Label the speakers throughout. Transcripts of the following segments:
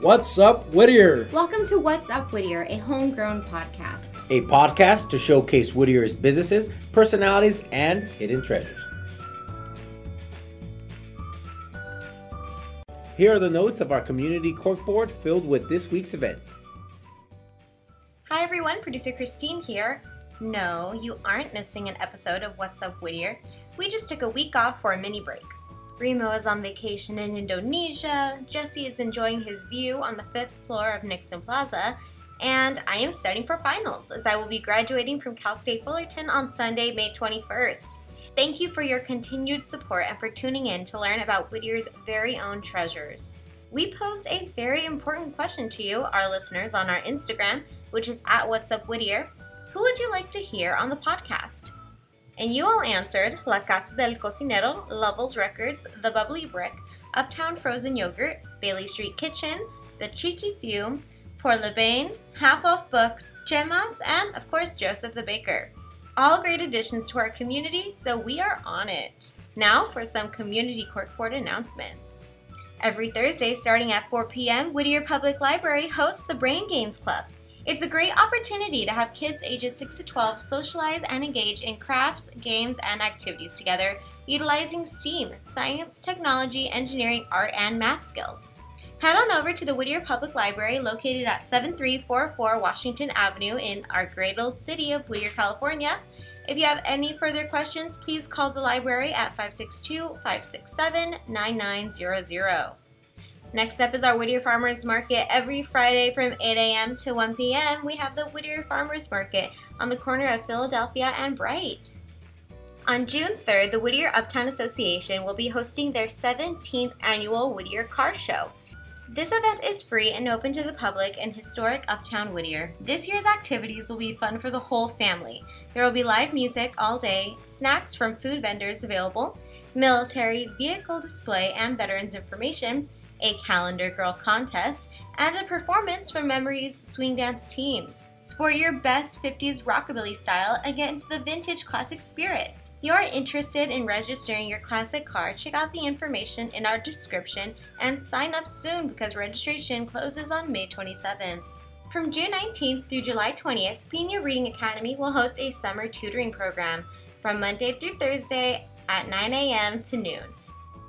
Speaker 1: What's up, Whittier?
Speaker 2: Welcome to What's Up Whittier, a homegrown podcast.
Speaker 3: a podcast to showcase Whittier's businesses, personalities, and hidden treasures. Here are the notes of our community corkboard filled with this week's events.
Speaker 4: Hi everyone, producer Christine here. No, you aren't missing an episode of What's Up Whittier. We just took a week off for a mini break. Remo is on vacation in Indonesia, Jesse is enjoying his view on the fifth floor of Nixon Plaza, and I am studying for finals as I will be graduating from Cal State Fullerton on Sunday, May 21st. Thank you for your continued support and for tuning in to learn about Whittier's very own treasures. We posed a very important question to you, our listeners, on our Instagram, which is at What's Up Whittier. Who would you like to hear on the podcast? And you all answered La Casa del Cocinero, Lovell's Records, The Bubbly Brick, Uptown Frozen Yogurt, Bailey Street Kitchen, The Cheeky Few, Pour Le Bain, Half Off Books, Gemmas, and of course Joseph the Baker. All great additions to our community, so we are on it. Now for some community corkboard announcements. Every Thursday, starting at 4 p.m., Whittier Public Library hosts the Brain Games Club. It's a great opportunity to have kids ages 6 to 12 socialize and engage in crafts, games, and activities together, utilizing STEAM, science, technology, engineering, art, and math skills. Head on over to the Whittier Public Library located at 7344 Washington Avenue in our great old city of Whittier, California. If you have any further questions, please call the library at 562 567 9900. Next up is our Whittier Farmers Market. Every Friday from 8 a.m. to 1 p.m., we have the Whittier Farmers Market on the corner of Philadelphia and Bright. On June 3rd, the Whittier Uptown Association will be hosting their 17th annual Whittier Car Show. This event is free and open to the public in historic Uptown Whittier. This year's activities will be fun for the whole family. There will be live music all day, snacks from food vendors available, military vehicle display and veterans information, a calendar girl contest, and a performance from Memories Swing Dance Team. Sport your best 50s rockabilly style and get into the vintage classic spirit. If you are interested in registering your classic car, check out the information in our description and sign up soon because registration closes on May 27th. From June 19th through July 20th, Pina Reading Academy will host a summer tutoring program from Monday through Thursday at 9 a.m. to noon.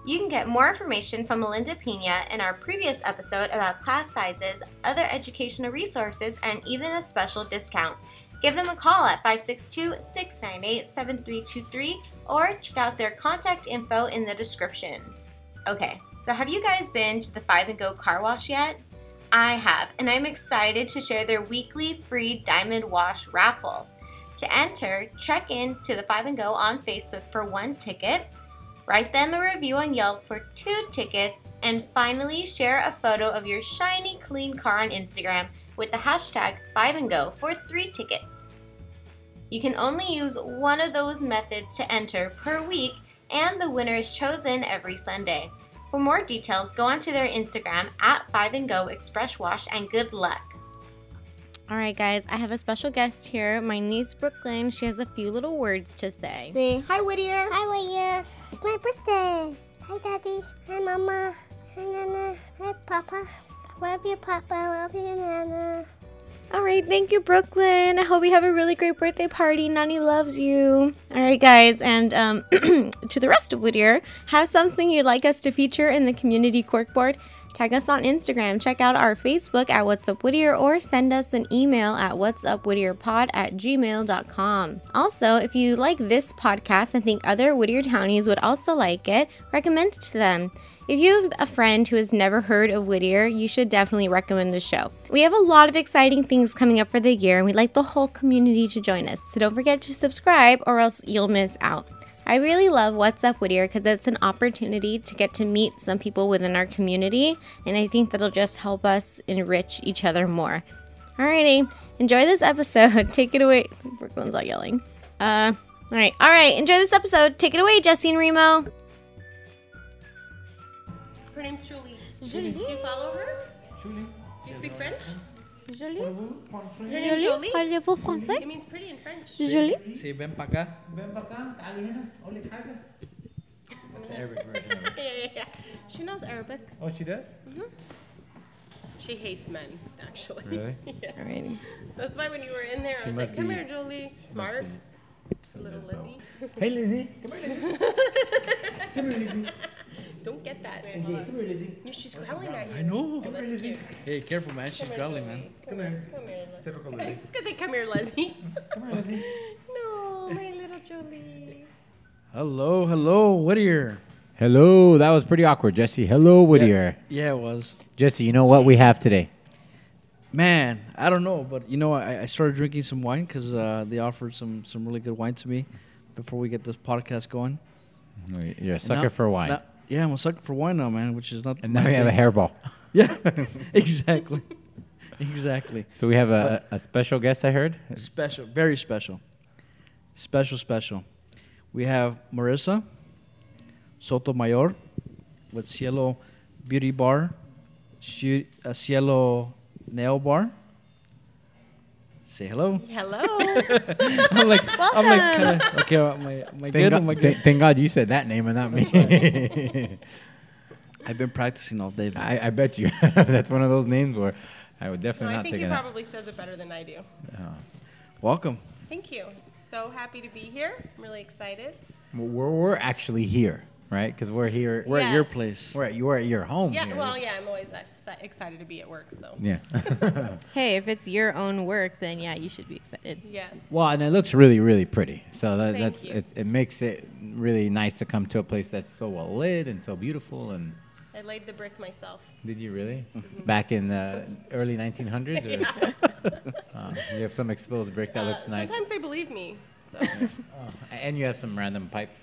Speaker 4: You can get more information from Melinda Pina in our previous episode about class sizes, other educational resources, and even a special discount. Give them a call at 562 698 7323 or check out their contact info in the description. Okay, so have you guys been to the 5 and Go car wash yet? I have, and I'm excited to share their weekly free diamond wash raffle. To enter, check in to the 5 and Go on Facebook for one ticket write them a review on Yelp for two tickets, and finally share a photo of your shiny, clean car on Instagram with the hashtag 5andGo for three tickets. You can only use one of those methods to enter per week, and the winner is chosen every Sunday. For more details, go onto their Instagram at 5andGo Express Wash and good luck. All right, guys, I have a special guest here, my niece Brooklyn. She has a few little words to say. Say hi, Whittier.
Speaker 5: Hi, Whittier. It's my birthday. Hi, Daddy. Hi, Mama. Hi, Nana. Hi, Papa. I love you, Papa. I love you, Nana.
Speaker 2: All right, thank you, Brooklyn. I hope you have a really great birthday party. Nani loves you. All right, guys, and um, to the rest of Whittier, have something you'd like us to feature in the community corkboard? Tag us on Instagram, check out our Facebook at What's Up Whittier, or send us an email at What's Up Pod at gmail.com. Also, if you like this podcast and think other Whittier Townies would also like it, recommend it to them. If you have a friend who has never heard of Whittier, you should definitely recommend the show. We have a lot of exciting things coming up for the year, and we'd like the whole community to join us. So don't forget to subscribe, or else you'll miss out. I really love What's Up Whittier because it's an opportunity to get to meet some people within our community, and I think that'll just help us enrich each other more. Alrighty, enjoy this episode. Take it away. Brooklyn's all yelling. Uh, all right, all right. Enjoy this episode. Take it away, Jesse and Remo.
Speaker 4: Her name's Julie. Julie. Do you follow her? Julie. Do you speak French? Her name's Julie?
Speaker 2: Parlez-vous français?
Speaker 4: It means pretty in French.
Speaker 2: Julie?
Speaker 1: Say, ven pa' acá.
Speaker 4: Yeah, yeah, yeah. She knows Arabic.
Speaker 6: Oh, she does?
Speaker 4: She
Speaker 6: She hates men, actually.
Speaker 7: Really?
Speaker 6: yeah.
Speaker 2: Alrighty.
Speaker 6: That's why when you were in there,
Speaker 7: She
Speaker 6: I was
Speaker 7: must
Speaker 6: like, come
Speaker 7: be-
Speaker 6: here, Jolie. Smart. Little
Speaker 7: does know.
Speaker 6: Lizzie.
Speaker 7: Hey, Lizzie. Come here, Lizzie. Come here, Lizzie.
Speaker 6: Don't get that.
Speaker 7: Come here, Lizzie.
Speaker 6: No, she's growling at you.
Speaker 1: I know.
Speaker 6: That's cute.
Speaker 1: Hey, careful, man. She's growling, man.
Speaker 6: Come here. Come here, Lizzie.
Speaker 7: Typical
Speaker 6: It's
Speaker 7: Lizzie.
Speaker 6: because they come here, Lizzie.
Speaker 7: Come here, Lizzie.
Speaker 6: no, my little Jolie.
Speaker 1: Hello, hello, Whittier.
Speaker 7: Hello. That was pretty awkward, Jesse. Hello, Whittier.
Speaker 1: Yeah, it was.
Speaker 7: Jesse, you know what we have today?
Speaker 1: Man, I don't know, but you know, I, I started drinking some wine because uh, they offered some some really good wine to me before we get this podcast going.
Speaker 7: You're a
Speaker 1: And
Speaker 7: sucker
Speaker 1: now-
Speaker 7: for wine.
Speaker 1: now- yeah, I'm a sucker for wine now, man, which is not.
Speaker 7: and now
Speaker 1: my
Speaker 7: we have a
Speaker 1: thing.
Speaker 7: hairball.
Speaker 1: Yeah, exactly, exactly.
Speaker 7: So we have a, a special guest, I heard.
Speaker 1: Special, very special, special, special. We have Marissa Sotomayor with Cielo Beauty Bar, Ci- uh, Cielo Nail Bar. Say hello.
Speaker 6: Hello.
Speaker 1: I'm like, I'm like,
Speaker 2: Welcome.
Speaker 1: kinda- okay, am I, am I
Speaker 7: Thank
Speaker 1: Uh, good?
Speaker 7: God,
Speaker 1: Am I
Speaker 7: thank-
Speaker 1: good?
Speaker 7: thank God you said that name and not me.
Speaker 1: I've been practicing all day. man.
Speaker 7: I, I bet you that's one of those names where I would
Speaker 6: No,
Speaker 7: definitely
Speaker 6: I
Speaker 7: not
Speaker 6: think
Speaker 7: take
Speaker 6: he
Speaker 7: it out.
Speaker 6: probably says it better than I do.
Speaker 1: Welcome.
Speaker 6: Thank you. So happy to be here. I'm really excited.
Speaker 7: Well, We're, we're actually here, right? Because we're here.
Speaker 1: We're at your
Speaker 6: Yes.
Speaker 1: place.
Speaker 7: We're at your, your home.
Speaker 6: Yeah,
Speaker 7: here.
Speaker 6: well, yeah, I'm always exci- excited to be at work, so.
Speaker 7: Yeah.
Speaker 2: Hey, if it's your own work, then yeah, you should be excited.
Speaker 6: Yes.
Speaker 7: well, and it looks really, really pretty. So that,
Speaker 6: Thank
Speaker 7: that's
Speaker 6: you.
Speaker 7: it, it. Makes it really nice to come to a place that's so well lit and so beautiful. And
Speaker 6: I laid the brick myself.
Speaker 7: did you really?
Speaker 6: Mm-hmm.
Speaker 7: Back in the early 1900s. Or? Uh, you have some exposed brick that
Speaker 6: Uh,
Speaker 7: looks nice, Oh,
Speaker 6: Sometimes they believe me.
Speaker 7: and you have some random pipes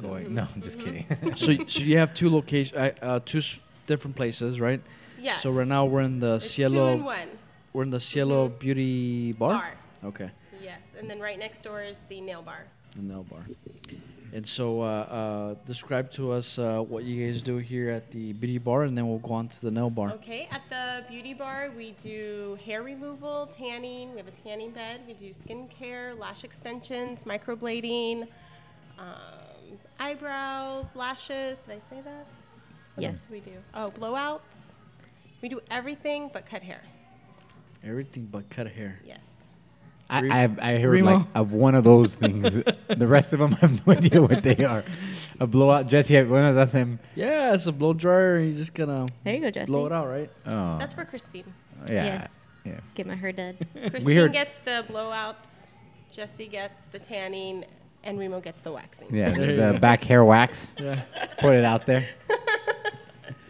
Speaker 7: going.
Speaker 6: Mm-hmm.
Speaker 7: No, I'm just kidding.
Speaker 1: so, so you have two locations, uh, uh, two s- different places, right?
Speaker 6: Yes.
Speaker 1: So right now we're in the
Speaker 6: it's
Speaker 1: Cielo.
Speaker 6: two and one. Mm-hmm.
Speaker 1: We're in the Cielo Beauty Bar.
Speaker 6: Bar.
Speaker 1: Okay,
Speaker 6: Yes. And then right next door is the nail bar.
Speaker 1: the nail bar. And so, uh, uh, describe to us uh, what you guys do here at the beauty bar, and then we'll go on to the nail bar.
Speaker 6: Okay, at the beauty bar, we do hair removal, tanning. We have a tanning bed. We do skincare, lash extensions, microblading, um, eyebrows, lashes. Did I say that? What
Speaker 2: Yes.
Speaker 6: else do we do? Oh, blowouts. We do everything but cut hair.
Speaker 1: Everything but cut hair.
Speaker 6: Yes.
Speaker 7: I,
Speaker 1: Re-
Speaker 7: I've, I heard
Speaker 1: Remo?
Speaker 7: like of one of those things. the rest of them, I have no idea what they are. A blowout, Jesse. I- When was that same?
Speaker 1: Yeah, it's a blow dryer. and You're just gonna
Speaker 2: There you go, Jesse.
Speaker 1: blow it out, right?
Speaker 7: Oh,
Speaker 6: That's for Christine.
Speaker 7: yeah, yeah.
Speaker 2: Get my hair done.
Speaker 6: Christine
Speaker 7: Weird.
Speaker 6: gets the blowouts, Jesse gets the tanning, and Remo gets the waxing.
Speaker 7: Yeah,
Speaker 1: There you
Speaker 7: the,
Speaker 1: go.
Speaker 7: the back hair wax.
Speaker 1: Yeah.
Speaker 7: Put it out there.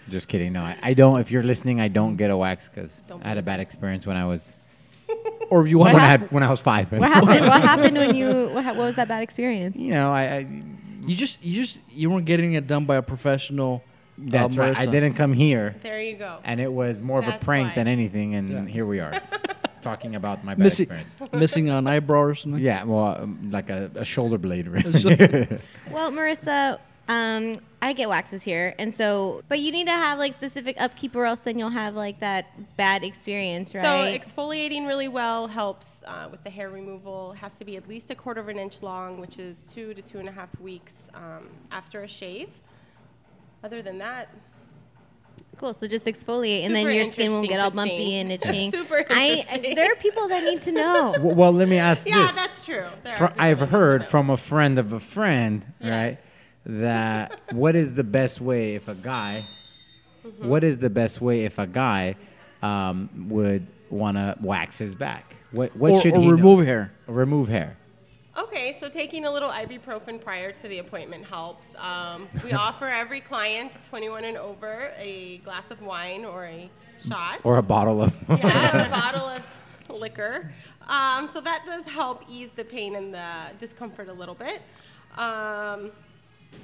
Speaker 7: Just kidding. No, I, I don't. If you're listening, I don't get a wax because
Speaker 6: Don't
Speaker 7: I had a bad experience when I was
Speaker 1: Or if you
Speaker 7: when
Speaker 1: want,
Speaker 7: I had when I was five.
Speaker 2: What happened? What happened when you? What, ha- what was that bad experience?
Speaker 7: You know, I, I
Speaker 1: you just you just you weren't getting it done by a professional. uh,
Speaker 7: that's right. I
Speaker 1: Marissa.
Speaker 7: didn't come here,
Speaker 6: There you go.
Speaker 7: and it was more of a
Speaker 6: That's
Speaker 7: prank
Speaker 6: why.
Speaker 7: than anything. And
Speaker 1: Yeah.
Speaker 7: here we are, talking about my bad
Speaker 1: missing
Speaker 7: experience.
Speaker 1: missing an eyebrow or something.
Speaker 7: Yeah, well, um, like a, a shoulder blade, really.
Speaker 2: Well, Marissa, um, I get waxes here, and so, but you need to have like specific upkeep, or else then you'll have like that bad experience, right?
Speaker 6: So exfoliating really well helps uh, with the hair removal. It has to be at least a quarter of an inch long, which is two to two and a half weeks um, after a shave. Other than that,
Speaker 2: cool. So just exfoliate, and then
Speaker 6: Super
Speaker 2: your skin won't
Speaker 6: interesting,
Speaker 2: get all
Speaker 6: Christine.
Speaker 2: bumpy and itching.
Speaker 6: Super
Speaker 2: I,
Speaker 6: interesting.
Speaker 2: there are people that need to know.
Speaker 7: W- well, let me ask
Speaker 6: yeah,
Speaker 7: this.
Speaker 6: that's true. There are
Speaker 7: Fro-
Speaker 6: people
Speaker 7: I've
Speaker 6: that use
Speaker 7: heard
Speaker 6: it.
Speaker 7: from a friend of a friend, right, that what is the best way if a guy, what is the best way if a guy um, would want to wax his back? What, what
Speaker 1: Or-
Speaker 7: should
Speaker 1: or
Speaker 7: he know?
Speaker 1: remove hair.
Speaker 7: Remove hair.
Speaker 6: Okay, so taking a little ibuprofen prior to the appointment helps. Um, we offer every client 21 and over a glass of wine or a shot.
Speaker 7: Or a bottle of.
Speaker 6: yeah, or a bottle of liquor. Um, so that does help ease the pain and the discomfort a little bit. Um,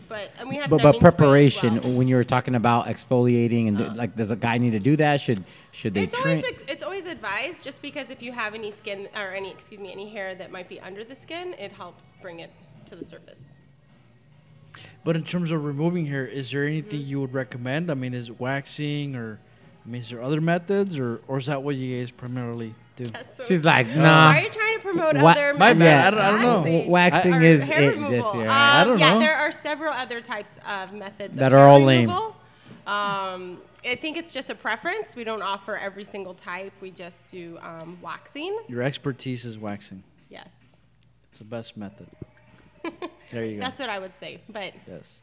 Speaker 6: but and we have
Speaker 7: But, but
Speaker 6: numbing spray as
Speaker 7: preparation
Speaker 6: well.
Speaker 7: when you were talking about exfoliating and like does a guy need to do that should should they
Speaker 6: It's always
Speaker 7: train
Speaker 6: ex- it's always advised just because if you have any skin or any excuse me any hair that might be under the skin, it helps bring it to the surface.
Speaker 1: But in terms of removing hair, is there anything you would recommend? I mean, is it waxing or I mean, is there other methods or, or is that what you guys primarily do?
Speaker 6: That's so
Speaker 7: she's like nah
Speaker 6: Why are you trying to promote
Speaker 7: Wa-
Speaker 6: other?
Speaker 1: My bad.
Speaker 6: methods
Speaker 1: I don't- I
Speaker 6: of
Speaker 1: don't know.
Speaker 6: waxing?
Speaker 7: Waxing
Speaker 6: Or
Speaker 7: is
Speaker 6: hair
Speaker 7: it,
Speaker 6: removal.
Speaker 7: Jesse, right?
Speaker 6: Um,
Speaker 7: I
Speaker 1: don't
Speaker 6: yeah,
Speaker 1: know.
Speaker 6: there are several other types of methods of
Speaker 7: That
Speaker 6: hair
Speaker 7: are all lame.
Speaker 6: removal. Um, I think it's just a preference. We don't offer every single type. We just do um, waxing.
Speaker 1: Your expertise is waxing.
Speaker 6: Yes.
Speaker 1: It's the best method. There you go.
Speaker 6: That's what I would say. But
Speaker 1: yes.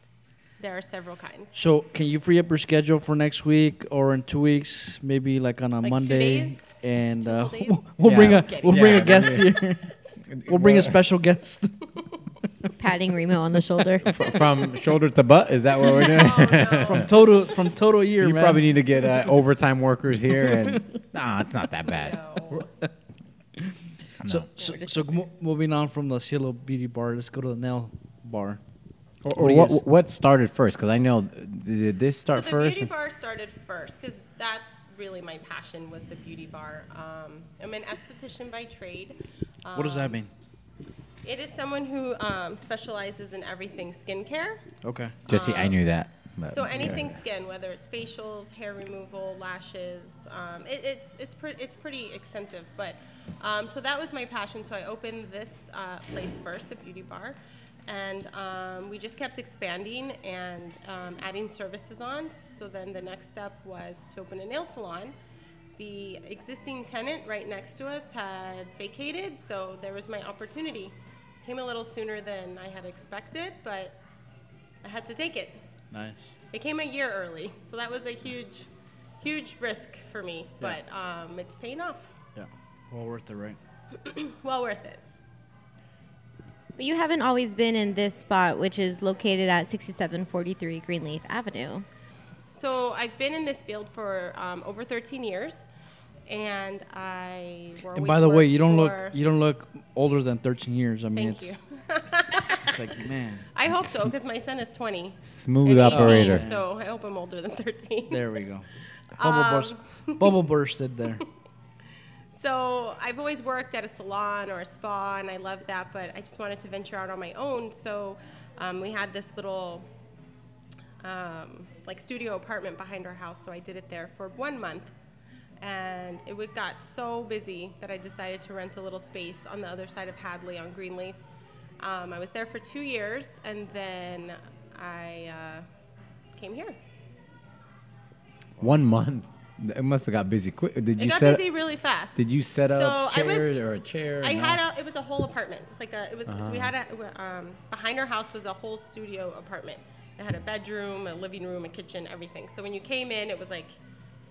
Speaker 6: there are several kinds.
Speaker 1: So, can you free up your schedule for next week or in two weeks, maybe like on a
Speaker 6: two
Speaker 1: Monday?
Speaker 6: days?
Speaker 1: And
Speaker 6: Two
Speaker 1: uh,
Speaker 6: whole days?
Speaker 1: we'll, we'll bring
Speaker 7: Yeah.
Speaker 1: a we'll bring
Speaker 7: Yeah.
Speaker 1: a guest here. We'll bring a special guest.
Speaker 2: Patting Remo on the shoulder.
Speaker 7: Fr- from shoulder to butt. Is that what we're doing?
Speaker 6: Oh,
Speaker 1: from total from total year,
Speaker 7: you
Speaker 1: man.
Speaker 7: probably need to get uh, overtime workers here. And nah, it's not that bad.
Speaker 1: so so, so mo- moving on from the Cielo Beauty Bar, let's go to the nail bar.
Speaker 7: Or,
Speaker 1: What
Speaker 7: or
Speaker 1: do you
Speaker 7: what,
Speaker 1: guys-
Speaker 7: what, started first? Because I know did this start
Speaker 6: so the
Speaker 7: first?
Speaker 6: beauty bar started first because that's really my passion was the beauty bar. Um, I'm an esthetician by trade. Um,
Speaker 1: What does that mean?
Speaker 6: It is someone who um, specializes in everything skincare.
Speaker 1: Okay.
Speaker 7: Jesse, I knew that. but-
Speaker 6: So anything skin, whether it's facials, hair removal, lashes, um, it, it's it's pre- it's pretty extensive. But um, so that was my passion. So I opened this uh, place first, the beauty bar, and um, we just kept expanding and um, adding services on. So then the next step was to open a nail salon. The existing tenant right next to us had vacated, so there was my opportunity. Came a little sooner than I had expected, but I had to take it.
Speaker 1: Nice.
Speaker 6: It came a year early, so that was a huge, huge risk for me, but um, it's paying off.
Speaker 1: Yeah. Well worth it, right?
Speaker 6: Well worth it.
Speaker 2: But you haven't always been in this spot, which is located at 6743 Greenleaf Avenue.
Speaker 6: So I've been in this field for um, over 13 years, and I. were
Speaker 1: And
Speaker 6: always
Speaker 1: by the way,
Speaker 6: worked
Speaker 1: you don't
Speaker 6: for-
Speaker 1: look you don't look older than 13 years. I mean,
Speaker 6: Thank
Speaker 1: it's
Speaker 6: you.
Speaker 1: it's like man.
Speaker 6: I hope so, because my son is 20.
Speaker 7: smooth
Speaker 6: and 18,
Speaker 7: operator.
Speaker 6: So I hope I'm older than 13.
Speaker 1: There we go. Bubble
Speaker 6: Um,
Speaker 1: burst. Bubble bursted there.
Speaker 6: So I've always worked at a salon or a spa, and I love that, but I just wanted to venture out on my own. So um, we had this little um, like studio apartment behind our house, so I did it there for one month. And it would- got so busy that I decided to rent a little space on the other side of Hadley on Greenleaf. Um, I was there for two years, and then I uh, came here.
Speaker 7: One month. It must have got busy quick. Did
Speaker 6: It
Speaker 7: you
Speaker 6: got
Speaker 7: set?
Speaker 6: busy really fast.
Speaker 7: Did you set up
Speaker 6: So I was-
Speaker 7: chairs or a chair?
Speaker 6: I
Speaker 7: No?
Speaker 6: had a, it was a whole apartment. Like a, it was, so we had
Speaker 1: Uh-huh.
Speaker 6: a, um, behind our house was a whole studio apartment. It had a bedroom, a living room, a kitchen, everything. So when you came in, it was like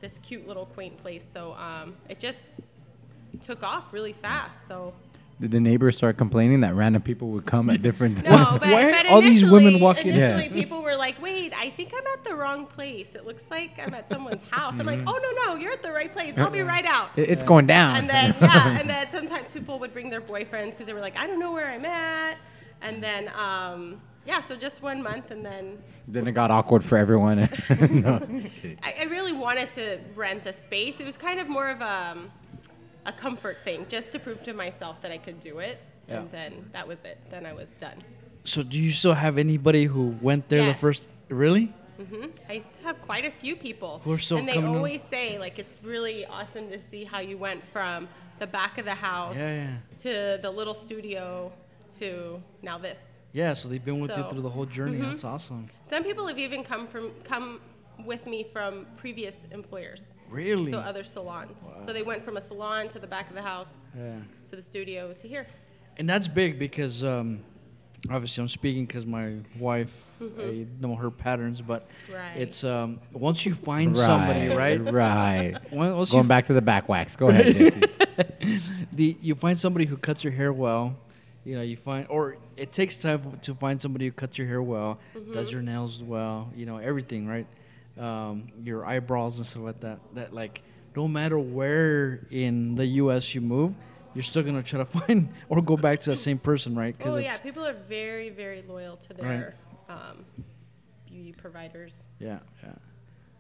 Speaker 6: this cute little quaint place. So um, it just took off really fast. So
Speaker 7: Did the neighbors start complaining that random people would come at different?
Speaker 6: no, but,
Speaker 1: why are
Speaker 6: but
Speaker 1: all these
Speaker 6: initially-
Speaker 1: women walking in?
Speaker 6: Initially,
Speaker 7: Yeah.
Speaker 6: people were like, "Wait, I think I'm at the wrong place. It looks like I'm at someone's house." I'm
Speaker 1: Mm-hmm.
Speaker 6: like, "Oh no, no, you're at the right place. I'll
Speaker 1: Uh-uh.
Speaker 6: be right out."
Speaker 7: It- it's going down.
Speaker 6: And then yeah, and then sometimes people would bring their boyfriends because they were like, I don't know where I'm at. And then um, yeah, so just one month, and then
Speaker 7: Then it got awkward for everyone. no, just kidding.
Speaker 6: I, I really wanted to rent a space. It was kind of more of a, a comfort thing, just to prove to myself that I could do it. And then that was it. Then I was done.
Speaker 1: So do you still have anybody who went there the
Speaker 6: Yes.
Speaker 1: first? Really?
Speaker 6: I have quite a few people.
Speaker 1: Who are still
Speaker 6: and they
Speaker 1: coming on?
Speaker 6: always say like it's really awesome to see how you went from the back of the house
Speaker 1: Yeah, yeah.
Speaker 6: to the little studio to now this.
Speaker 1: Yeah. So they've been with you
Speaker 6: So- mm-hmm.
Speaker 1: through the whole journey. That's awesome.
Speaker 6: Some people have even come from come with me from previous employers,
Speaker 1: Really?
Speaker 6: so other salons. So they went from a salon to the back of the house
Speaker 1: yeah.
Speaker 6: to the studio to here.
Speaker 1: And that's big because um, obviously I'm speaking because my wife, I know her patterns, but
Speaker 6: Mm-hmm. Right.
Speaker 1: it's um, once you find somebody, right?
Speaker 7: Right.
Speaker 1: Once once you
Speaker 7: going back to the back wax. Go ahead, Jesse.
Speaker 1: the you find somebody who cuts your hair well you know you find or it takes time to find somebody who cuts your hair well
Speaker 6: Mm-hmm.
Speaker 1: does your nails well you know everything right um, your eyebrows and stuff like that that like no matter where in the us you move you're still gonna try to find or go back to that same person right
Speaker 6: Oh yeah,
Speaker 1: it's
Speaker 6: people are very very loyal to their um, beauty providers.
Speaker 1: yeah yeah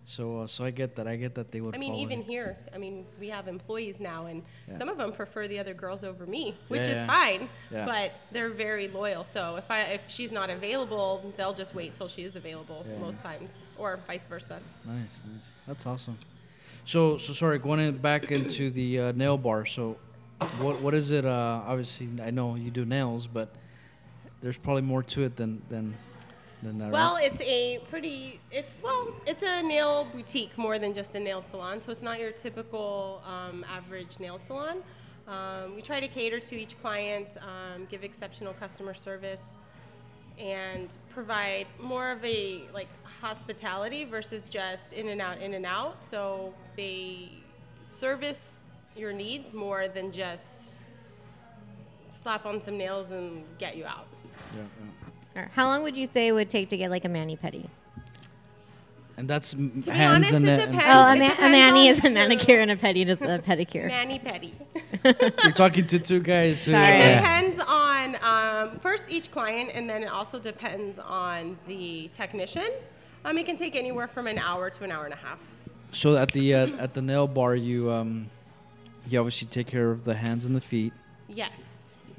Speaker 1: so uh, so i get that i get that they would
Speaker 6: I mean,
Speaker 1: follow
Speaker 6: even
Speaker 1: you.
Speaker 6: here, I mean, we have employees now, and some of them prefer the other girls over me,
Speaker 1: Yeah,
Speaker 6: which is
Speaker 1: yeah.
Speaker 6: fine.
Speaker 1: Yeah.
Speaker 6: But they're very loyal. So if I if she's not available, they'll just wait till she is available most times, or vice versa.
Speaker 1: Nice, nice. That's awesome. So, so sorry, going in back into the uh, nail bar. So, what what is it? Uh, obviously, I know you do nails, but there's probably more to it than than than that,
Speaker 6: Well,
Speaker 1: right?
Speaker 6: it's a pretty. It's well, it's a nail boutique more than just a nail salon. So it's not your typical um, average nail salon. Um, we try to cater to each client, um, give exceptional customer service, and provide more of a like hospitality versus just in and out, in and out. So they service your needs more than just slap on some nails and get you out.
Speaker 1: Yeah, yeah.
Speaker 2: Or How long would you say it would take to get like a mani pedi?
Speaker 1: And that's to
Speaker 6: be honest, it depends.
Speaker 2: Oh, a,
Speaker 6: it
Speaker 2: ma- a
Speaker 6: depends
Speaker 2: mani
Speaker 6: on-
Speaker 2: is a manicure and a pedi is a pedicure.
Speaker 6: Manny petty.
Speaker 1: You're talking to two guys. who-
Speaker 2: Sorry.
Speaker 6: It
Speaker 2: Yeah.
Speaker 6: depends on um, first each client, and then it also depends on the technician. Um, it can take anywhere from an hour to an hour and a half.
Speaker 1: So at the uh, at the nail bar, you um, you obviously take care of the hands and the feet,
Speaker 6: Yes.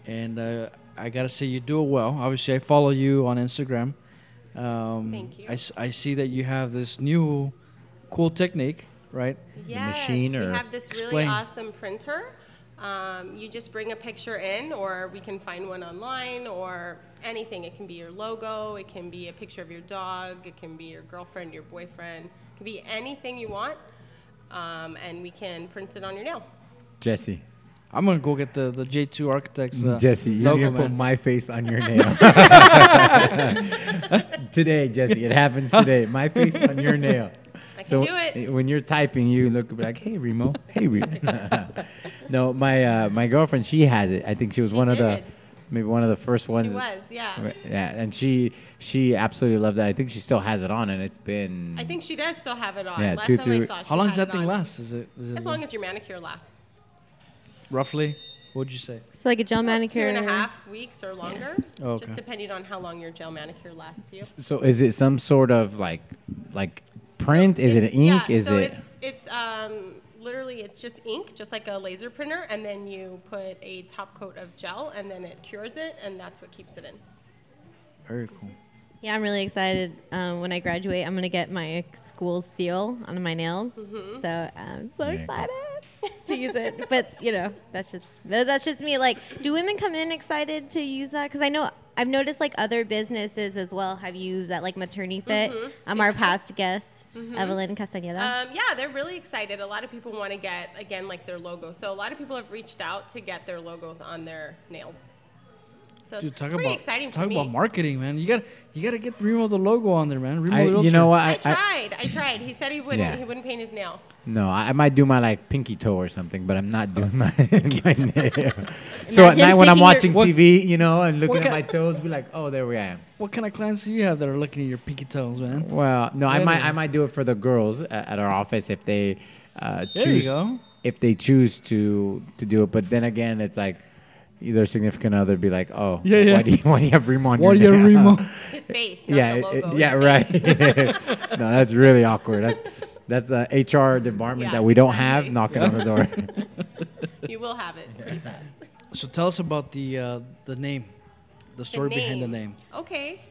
Speaker 1: and uh, I gotta say you do it well. Obviously, I follow you on Instagram. Um,
Speaker 6: Thank you.
Speaker 1: I, s- I see that you have this new cool technique, right?
Speaker 6: Yes.
Speaker 7: machine or-
Speaker 6: we have this really
Speaker 1: Explain.
Speaker 6: awesome printer. Um, you just bring a picture in, or we can find one online, or anything. It can be your logo. It can be a picture of your dog. It can be your girlfriend, your boyfriend. It can be anything you want, um, and we can print it on your nail.
Speaker 7: Jesse.
Speaker 1: I'm gonna go get the, the J2 Architects uh,
Speaker 7: Jesse, you're
Speaker 1: logo,
Speaker 7: gonna put
Speaker 1: man.
Speaker 7: my face on your nail. today, Jesse, it happens today. My face on your nail.
Speaker 6: I can
Speaker 7: so
Speaker 6: do it.
Speaker 7: eh, when you're typing, you look like, "Hey, Remo, hey, Remo." no, my uh, my girlfriend, she has it. I think she was
Speaker 6: She
Speaker 7: one of the
Speaker 6: did.
Speaker 7: maybe one of the first ones.
Speaker 6: She was, yeah.
Speaker 7: Right, Yeah, and she she absolutely loved that. I think she still has it on, and it's been.
Speaker 6: I think she does still have it on.
Speaker 7: Yeah,
Speaker 6: Last
Speaker 7: two,
Speaker 6: time I
Speaker 7: three-
Speaker 6: saw, she
Speaker 1: How long
Speaker 6: had
Speaker 1: does that
Speaker 6: it
Speaker 1: thing
Speaker 6: on.
Speaker 1: last? Is it, is it
Speaker 6: As long as your manicure lasts.
Speaker 1: roughly? What would you say?
Speaker 2: So like a gel
Speaker 6: Oh, Two
Speaker 2: manicure.
Speaker 6: and a half weeks or longer,
Speaker 1: Oh, okay.
Speaker 6: just depending on how long your gel manicure lasts you.
Speaker 7: so is it some sort of like like print? Is it
Speaker 6: It's-
Speaker 7: ink?
Speaker 6: Yeah,
Speaker 7: Is
Speaker 6: so
Speaker 7: it?
Speaker 6: it's it's um literally it's just ink, just like a laser printer, and then you put a top coat of gel, and then it cures it, and that's what keeps it in.
Speaker 1: Very cool.
Speaker 2: Yeah, I'm really excited. Um, when I graduate, I'm gonna get my school seal on my nails.
Speaker 6: Mm-hmm.
Speaker 2: So I'm so
Speaker 7: Very cool.
Speaker 2: excited to use it. But you know, that's just that's just me. Like, do women come in excited to use that? Because I know I've noticed like other businesses as well have used that like maternity fit.
Speaker 6: Mm-hmm.
Speaker 2: Um, our past guest Evelyn Castañeda.
Speaker 6: Um, yeah, they're really excited. A lot of people want to get again like their logo. So a lot of people have reached out to get their logos on their nails. So
Speaker 1: Dude,
Speaker 6: it's
Speaker 1: talk
Speaker 6: pretty
Speaker 1: about
Speaker 6: exciting
Speaker 1: talk
Speaker 6: for me.
Speaker 1: about marketing, man. You got to you got to get Remo the logo on there, man. Remo
Speaker 7: I, you
Speaker 1: Realtor.
Speaker 7: know what?
Speaker 6: I tried. I tried. He said he wouldn't.
Speaker 7: Yeah.
Speaker 6: He wouldn't paint his nail.
Speaker 7: No, I, I might do my like pinky toe or something, but I'm
Speaker 1: Oh,
Speaker 7: not doing my, my nail.
Speaker 2: Imagine
Speaker 7: So at night when
Speaker 2: sticking
Speaker 7: I'm
Speaker 2: your-
Speaker 7: watching
Speaker 1: What-
Speaker 7: TV, you know, and
Speaker 1: what
Speaker 7: looking at
Speaker 1: ki-
Speaker 7: my toes, be like, oh, there we I am.
Speaker 1: What kind of clients do you have that are looking at your pinky toes, man?
Speaker 7: Well, no, I
Speaker 1: That
Speaker 7: might I
Speaker 1: is-
Speaker 7: might do it for the girls at, at our office if they uh,
Speaker 1: There you
Speaker 7: choose
Speaker 1: go.
Speaker 7: if they choose to to do it. But then again, it's like either significant other be like, oh,
Speaker 1: Yeah, yeah.
Speaker 7: Why, do you, why do you have Remo on
Speaker 1: Why
Speaker 7: your
Speaker 1: do you have
Speaker 7: nail?"
Speaker 1: Remo?
Speaker 6: His face, not
Speaker 7: yeah,
Speaker 6: the
Speaker 7: it-
Speaker 6: logo.
Speaker 7: it-
Speaker 6: his
Speaker 7: yeah,
Speaker 6: face.
Speaker 7: right. no, that's really awkward. That's, that's a HR department
Speaker 6: Yeah,
Speaker 7: that we don't have
Speaker 6: exactly.
Speaker 7: knocking on the door.
Speaker 6: You will have it. pretty fast.
Speaker 1: So tell us about the uh, the name, the
Speaker 6: The
Speaker 1: story behind the name.
Speaker 6: Okay,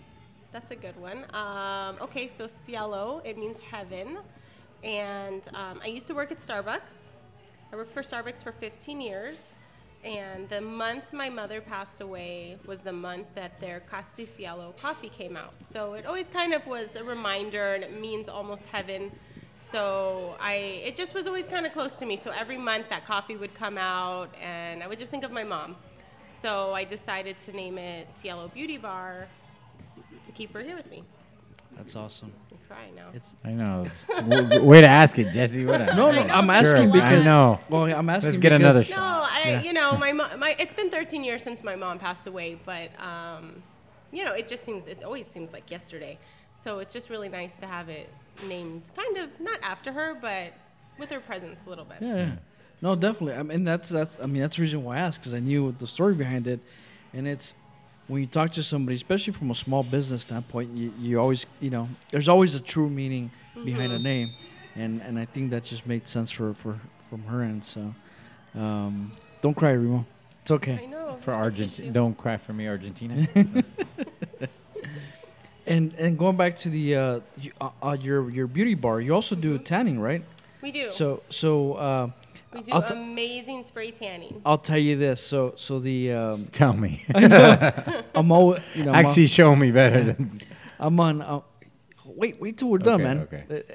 Speaker 6: that's a good one. Um, okay, so cielo it means heaven, and um, I used to work at Starbucks. I worked for Starbucks for 15 years, and the month my mother passed away was the month that their Casi Cielo coffee came out. So it always kind of was a reminder, and it means almost heaven. So I, it just was always kind of close to me. So every month that coffee would come out, and I would just think of my mom. So I decided to name it Cielo Beauty Bar to keep her here with me.
Speaker 1: That's awesome.
Speaker 6: I'm crying now.
Speaker 7: I know. W- w- Way to ask it, Jesse. What a
Speaker 1: No, no, I'm asking
Speaker 7: Sure,
Speaker 1: because
Speaker 7: I know.
Speaker 1: Well, I'm asking.
Speaker 7: get
Speaker 1: because-
Speaker 7: another sh-
Speaker 6: no,
Speaker 7: Shot.
Speaker 6: I,
Speaker 7: Yeah.
Speaker 6: you know, my, mo- my, it's been 13 years since my mom passed away, but, um, you know, it just seems, it always seems like yesterday. So it's just really nice to have it named kind of, not after her, but with her presence a little bit.
Speaker 1: Yeah, yeah. No, definitely. I mean, that's that's. I mean, that's the reason why I asked because I knew the story behind it, and it's when you talk to somebody, especially from a small business standpoint, you, you always you know there's always a true meaning behind a name, and and I think that just made sense for for from her end. So, um, don't cry, Remo. It's
Speaker 6: I
Speaker 1: okay.
Speaker 6: know.
Speaker 7: For
Speaker 6: there's a
Speaker 7: Argentina,
Speaker 6: tissue.
Speaker 7: don't cry for me, Argentina.
Speaker 1: And and going back to the uh, you, uh, uh, your your beauty bar, you also do tanning, right?
Speaker 6: We do.
Speaker 1: So so. Uh,
Speaker 6: we do
Speaker 1: I'll t-
Speaker 6: amazing spray tanning.
Speaker 1: I'll tell you this. So, so the um,
Speaker 7: Tell me.
Speaker 1: I'm always, you know, I'm al-
Speaker 7: Actually, show me better than.
Speaker 1: I'm on. Uh, wait, wait till we're done,
Speaker 7: Okay,
Speaker 1: man.
Speaker 7: okay.
Speaker 1: Uh,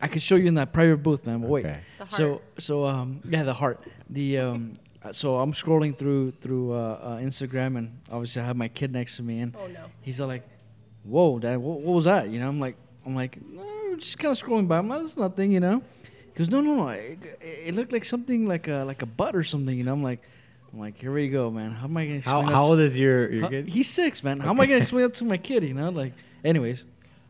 Speaker 1: I could show you in that private booth, man. But wait.
Speaker 7: Okay.
Speaker 6: The
Speaker 1: So
Speaker 6: heart.
Speaker 1: so um yeah, the heart. The um uh, so I'm scrolling through through uh, uh, Instagram and obviously I have my kid next to me and
Speaker 6: Oh, no.
Speaker 1: he's all like, "Whoa, Dad, what, what was that?" You know, I'm like, I'm like, no, we're just kind of scrolling by. I'm like, it's nothing, you know. He goes, "No, no, no, it, it- it looked like something like a like a butt or something," you know. I'm like, I'm like, here we go, man. How am I gonna
Speaker 7: How,
Speaker 1: explain that
Speaker 7: how
Speaker 1: to-
Speaker 7: old is your, your
Speaker 1: Huh?
Speaker 7: kid?
Speaker 1: He's six, man. How am I gonna explain that to my kid? You know, like, anyways.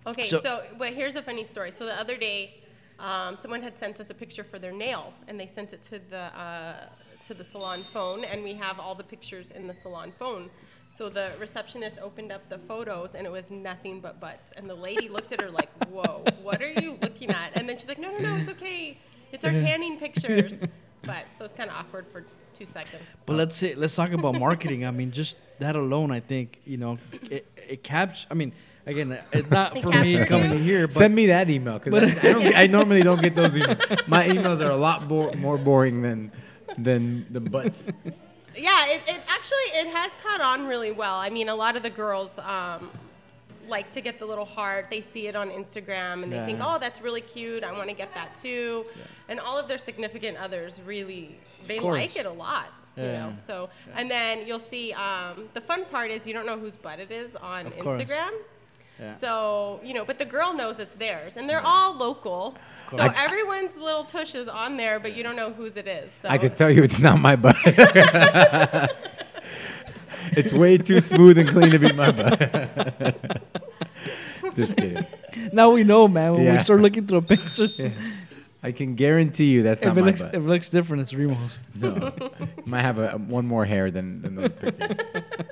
Speaker 6: Okay,
Speaker 1: So-
Speaker 6: so, but here's a funny story. So the other day, um, someone had sent us a picture for their nail, and they sent it to the uh, to the salon phone, and we have all the pictures in the salon phone. So the receptionist opened up the photos, and it was nothing but butts. And the lady looked at her like, "Whoa, what are you looking at?" And then she's like, "No, no, no, it's okay. It's our tanning pictures." But so it's kind of awkward for two seconds.
Speaker 1: But let's say let's talk about marketing. I mean, just that alone, I think you know, it, it caps. I mean, again, it's not
Speaker 6: It
Speaker 1: for me
Speaker 6: captured
Speaker 1: coming
Speaker 6: you?
Speaker 1: here, but
Speaker 7: Send me that email because I, I, don't get- I normally don't get those emails. My emails are a lot bo- more boring than than the butts.
Speaker 6: Yeah, it, it actually it has caught on really well. I mean, a lot of the girls um, like to get the little heart. They see it on Instagram and they think,
Speaker 1: Yeah.
Speaker 6: "Oh, that's really cute. I want to get that too." And all of their significant others really they
Speaker 1: course.
Speaker 6: like it a lot. You
Speaker 1: Yeah.
Speaker 6: know, so and then you'll see um, the fun part is you don't know whose butt it is on
Speaker 1: Of course.
Speaker 6: Instagram.
Speaker 1: Yeah.
Speaker 6: So you know, but the girl knows it's theirs, and they're all local. So
Speaker 1: course.
Speaker 6: everyone's little tush is on there, but you don't know whose it is. So
Speaker 7: I could tell you it's not my butt. it's way too smooth and clean to be my butt. Just kidding.
Speaker 1: now we know, man. When we
Speaker 7: Yeah.
Speaker 1: start looking through pictures,
Speaker 7: I can guarantee you that's
Speaker 1: if
Speaker 7: not
Speaker 1: it
Speaker 7: my
Speaker 1: looks
Speaker 7: butt.
Speaker 1: if it looks different, it's Remo's.
Speaker 7: no, might have a, one more hair than than those pictures.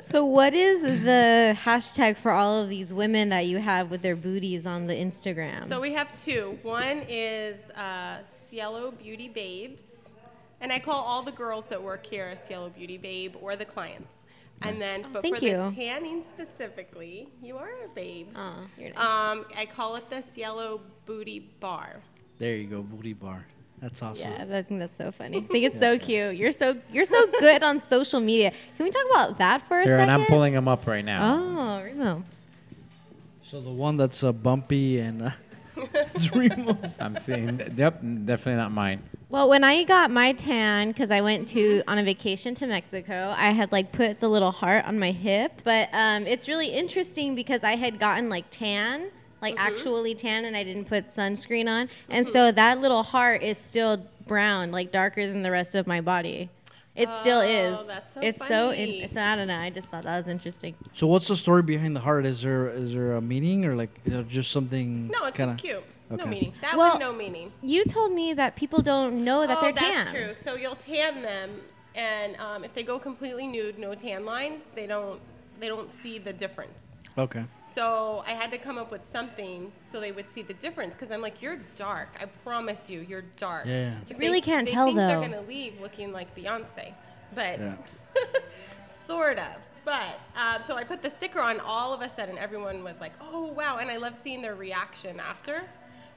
Speaker 8: So, what is the hashtag for all of these women that you have with their booties on the Instagram?
Speaker 6: So we have two. One is uh, Cielo Beauty Babes, and I call all the girls that work here a Cielo Beauty Babe or the clients. And then, but
Speaker 8: thank
Speaker 6: for
Speaker 8: you.
Speaker 6: the tanning specifically, you are a babe.
Speaker 8: Aw, you're nice.
Speaker 6: Um, I call it the Cielo Booty Bar.
Speaker 1: There you go, booty bar. That's awesome.
Speaker 8: yeah, I think that's so funny. I think it's so cute. You're so you're so good on social media. Can we talk about that for a
Speaker 7: Here,
Speaker 8: second?
Speaker 7: and I'm pulling them up right now.
Speaker 8: Oh, Remo.
Speaker 1: So the one that's uh, bumpy and uh, it's Remo's.
Speaker 7: I'm seeing. Yep, definitely not mine.
Speaker 8: Well, when I got my tan, because I went to
Speaker 6: Mm-hmm.
Speaker 8: on a vacation to Mexico, I had like put the little heart on my hip. But um, it's really interesting because I had gotten like tan, like
Speaker 6: Mm-hmm.
Speaker 8: actually tan, and I didn't put sunscreen on, and so that little heart is still brown, like darker than the rest of my body. It still
Speaker 6: Oh,
Speaker 8: is.
Speaker 6: that's so
Speaker 8: it's so.
Speaker 6: funny.
Speaker 8: In, so I don't know. I just thought that was interesting.
Speaker 1: So what's the story behind the heart? Is there is there a meaning or like is there just something?
Speaker 6: No, it's
Speaker 1: kinda-
Speaker 6: just cute. No
Speaker 1: okay.
Speaker 6: meaning. That
Speaker 8: Well,
Speaker 6: one, no meaning.
Speaker 8: You told me that people don't know that
Speaker 6: oh,
Speaker 8: they're tan.
Speaker 6: that's true. So you'll tan them, and um, if they go completely nude, no tan lines, they don't they don't see the difference.
Speaker 1: Okay.
Speaker 6: So I had to come up with something so they would see the difference. Because I'm like, you're dark. I promise you, you're dark.
Speaker 1: Yeah.
Speaker 6: You
Speaker 8: really can't
Speaker 6: they
Speaker 8: tell,
Speaker 6: think They're
Speaker 8: though.
Speaker 6: gonna leave looking like Beyonce, but
Speaker 1: Yeah.
Speaker 6: sort of. But uh, so I put the sticker on. All of a sudden, everyone was like, "Oh wow!" And I love seeing their reaction after,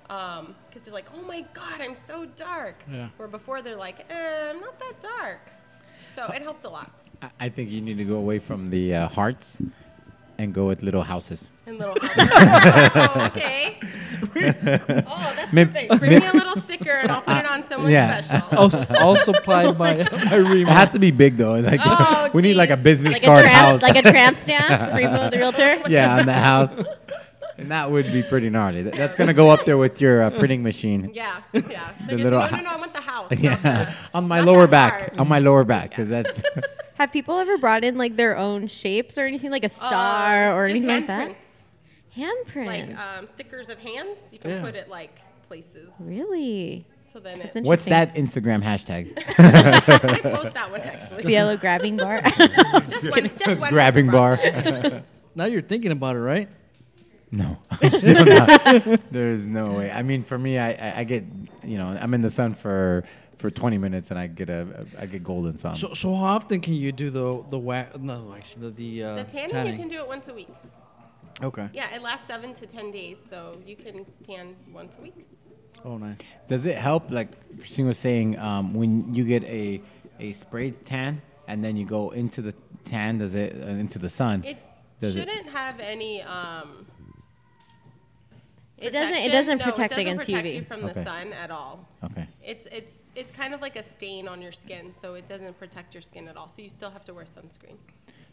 Speaker 6: because they're like, "Oh my God, I'm so dark."
Speaker 1: Yeah.
Speaker 6: Where before they're like, eh, "I'm not that dark." So it helped a lot.
Speaker 7: I- I think you need to go away from the uh, hearts and go with little houses.
Speaker 6: And little oh, okay. oh, that's
Speaker 7: Mayb-
Speaker 6: perfect. Bring me a little sticker and I'll put it on someone
Speaker 7: Yeah.
Speaker 6: special.
Speaker 1: Also, all supplied by by
Speaker 7: It
Speaker 1: Remo.
Speaker 7: has to be big though. Like
Speaker 6: Oh,
Speaker 7: we need like a
Speaker 6: jeez.
Speaker 7: business
Speaker 8: Like a
Speaker 7: card
Speaker 8: tramp,
Speaker 7: house.
Speaker 8: like a tramp stamp. Remo, the realtor.
Speaker 7: yeah, on the house. And that would be pretty gnarly. Th- That's gonna go up there with your uh, printing machine.
Speaker 6: Yeah, yeah. They're just
Speaker 7: little
Speaker 6: like, "Oh, no,
Speaker 7: hou-
Speaker 6: no, no, I want the house. not
Speaker 7: Yeah,
Speaker 6: the-"
Speaker 7: on my
Speaker 6: Not
Speaker 7: lower
Speaker 6: that
Speaker 7: back.
Speaker 6: hard.
Speaker 7: On my lower back, because that's
Speaker 8: Have people ever brought in like their own shapes or anything, like a star
Speaker 6: Uh,
Speaker 8: or
Speaker 6: just
Speaker 8: anything like that?
Speaker 6: handprints,
Speaker 8: Handprints.
Speaker 6: Like um, stickers of hands. You can
Speaker 1: Yeah.
Speaker 6: put it like places.
Speaker 8: really?
Speaker 6: So then
Speaker 8: That's
Speaker 6: it,
Speaker 7: what's
Speaker 8: interesting.
Speaker 7: that Instagram hashtag?
Speaker 6: I post that one actually.
Speaker 8: Yellow grabbing bar.
Speaker 6: just one, just one.
Speaker 7: Grabbing
Speaker 6: person brought
Speaker 7: bar.
Speaker 6: that.
Speaker 1: Now you're thinking about it, right?
Speaker 7: No, I'm still not. There's no way. I mean, for me, I, I, I get you know I'm in the sun for for 20 minutes and I get a I get golden sun.
Speaker 1: So, so how often can you do the the wax? No, wax the the, uh,
Speaker 6: The tanning, you can do it once a week.
Speaker 1: okay.
Speaker 6: Yeah, it lasts seven to ten days, so you can tan once a week.
Speaker 1: Oh, nice.
Speaker 7: Does it help, like Christine was saying, um, when you get a a sprayed tan and then you go into the tan? Does it uh, into the sun?
Speaker 6: It
Speaker 7: Does it-
Speaker 6: shouldn't have any um,
Speaker 8: It doesn't- it
Speaker 6: protection.
Speaker 8: doesn't
Speaker 6: No,
Speaker 8: protect
Speaker 6: it doesn't
Speaker 8: against
Speaker 6: protect
Speaker 8: UV.
Speaker 6: you from
Speaker 7: Okay. Oh.
Speaker 6: the sun at all.
Speaker 7: Okay.
Speaker 6: It's it's it's kind of like a stain on your skin, so it doesn't protect your skin at all. So you still have to wear sunscreen.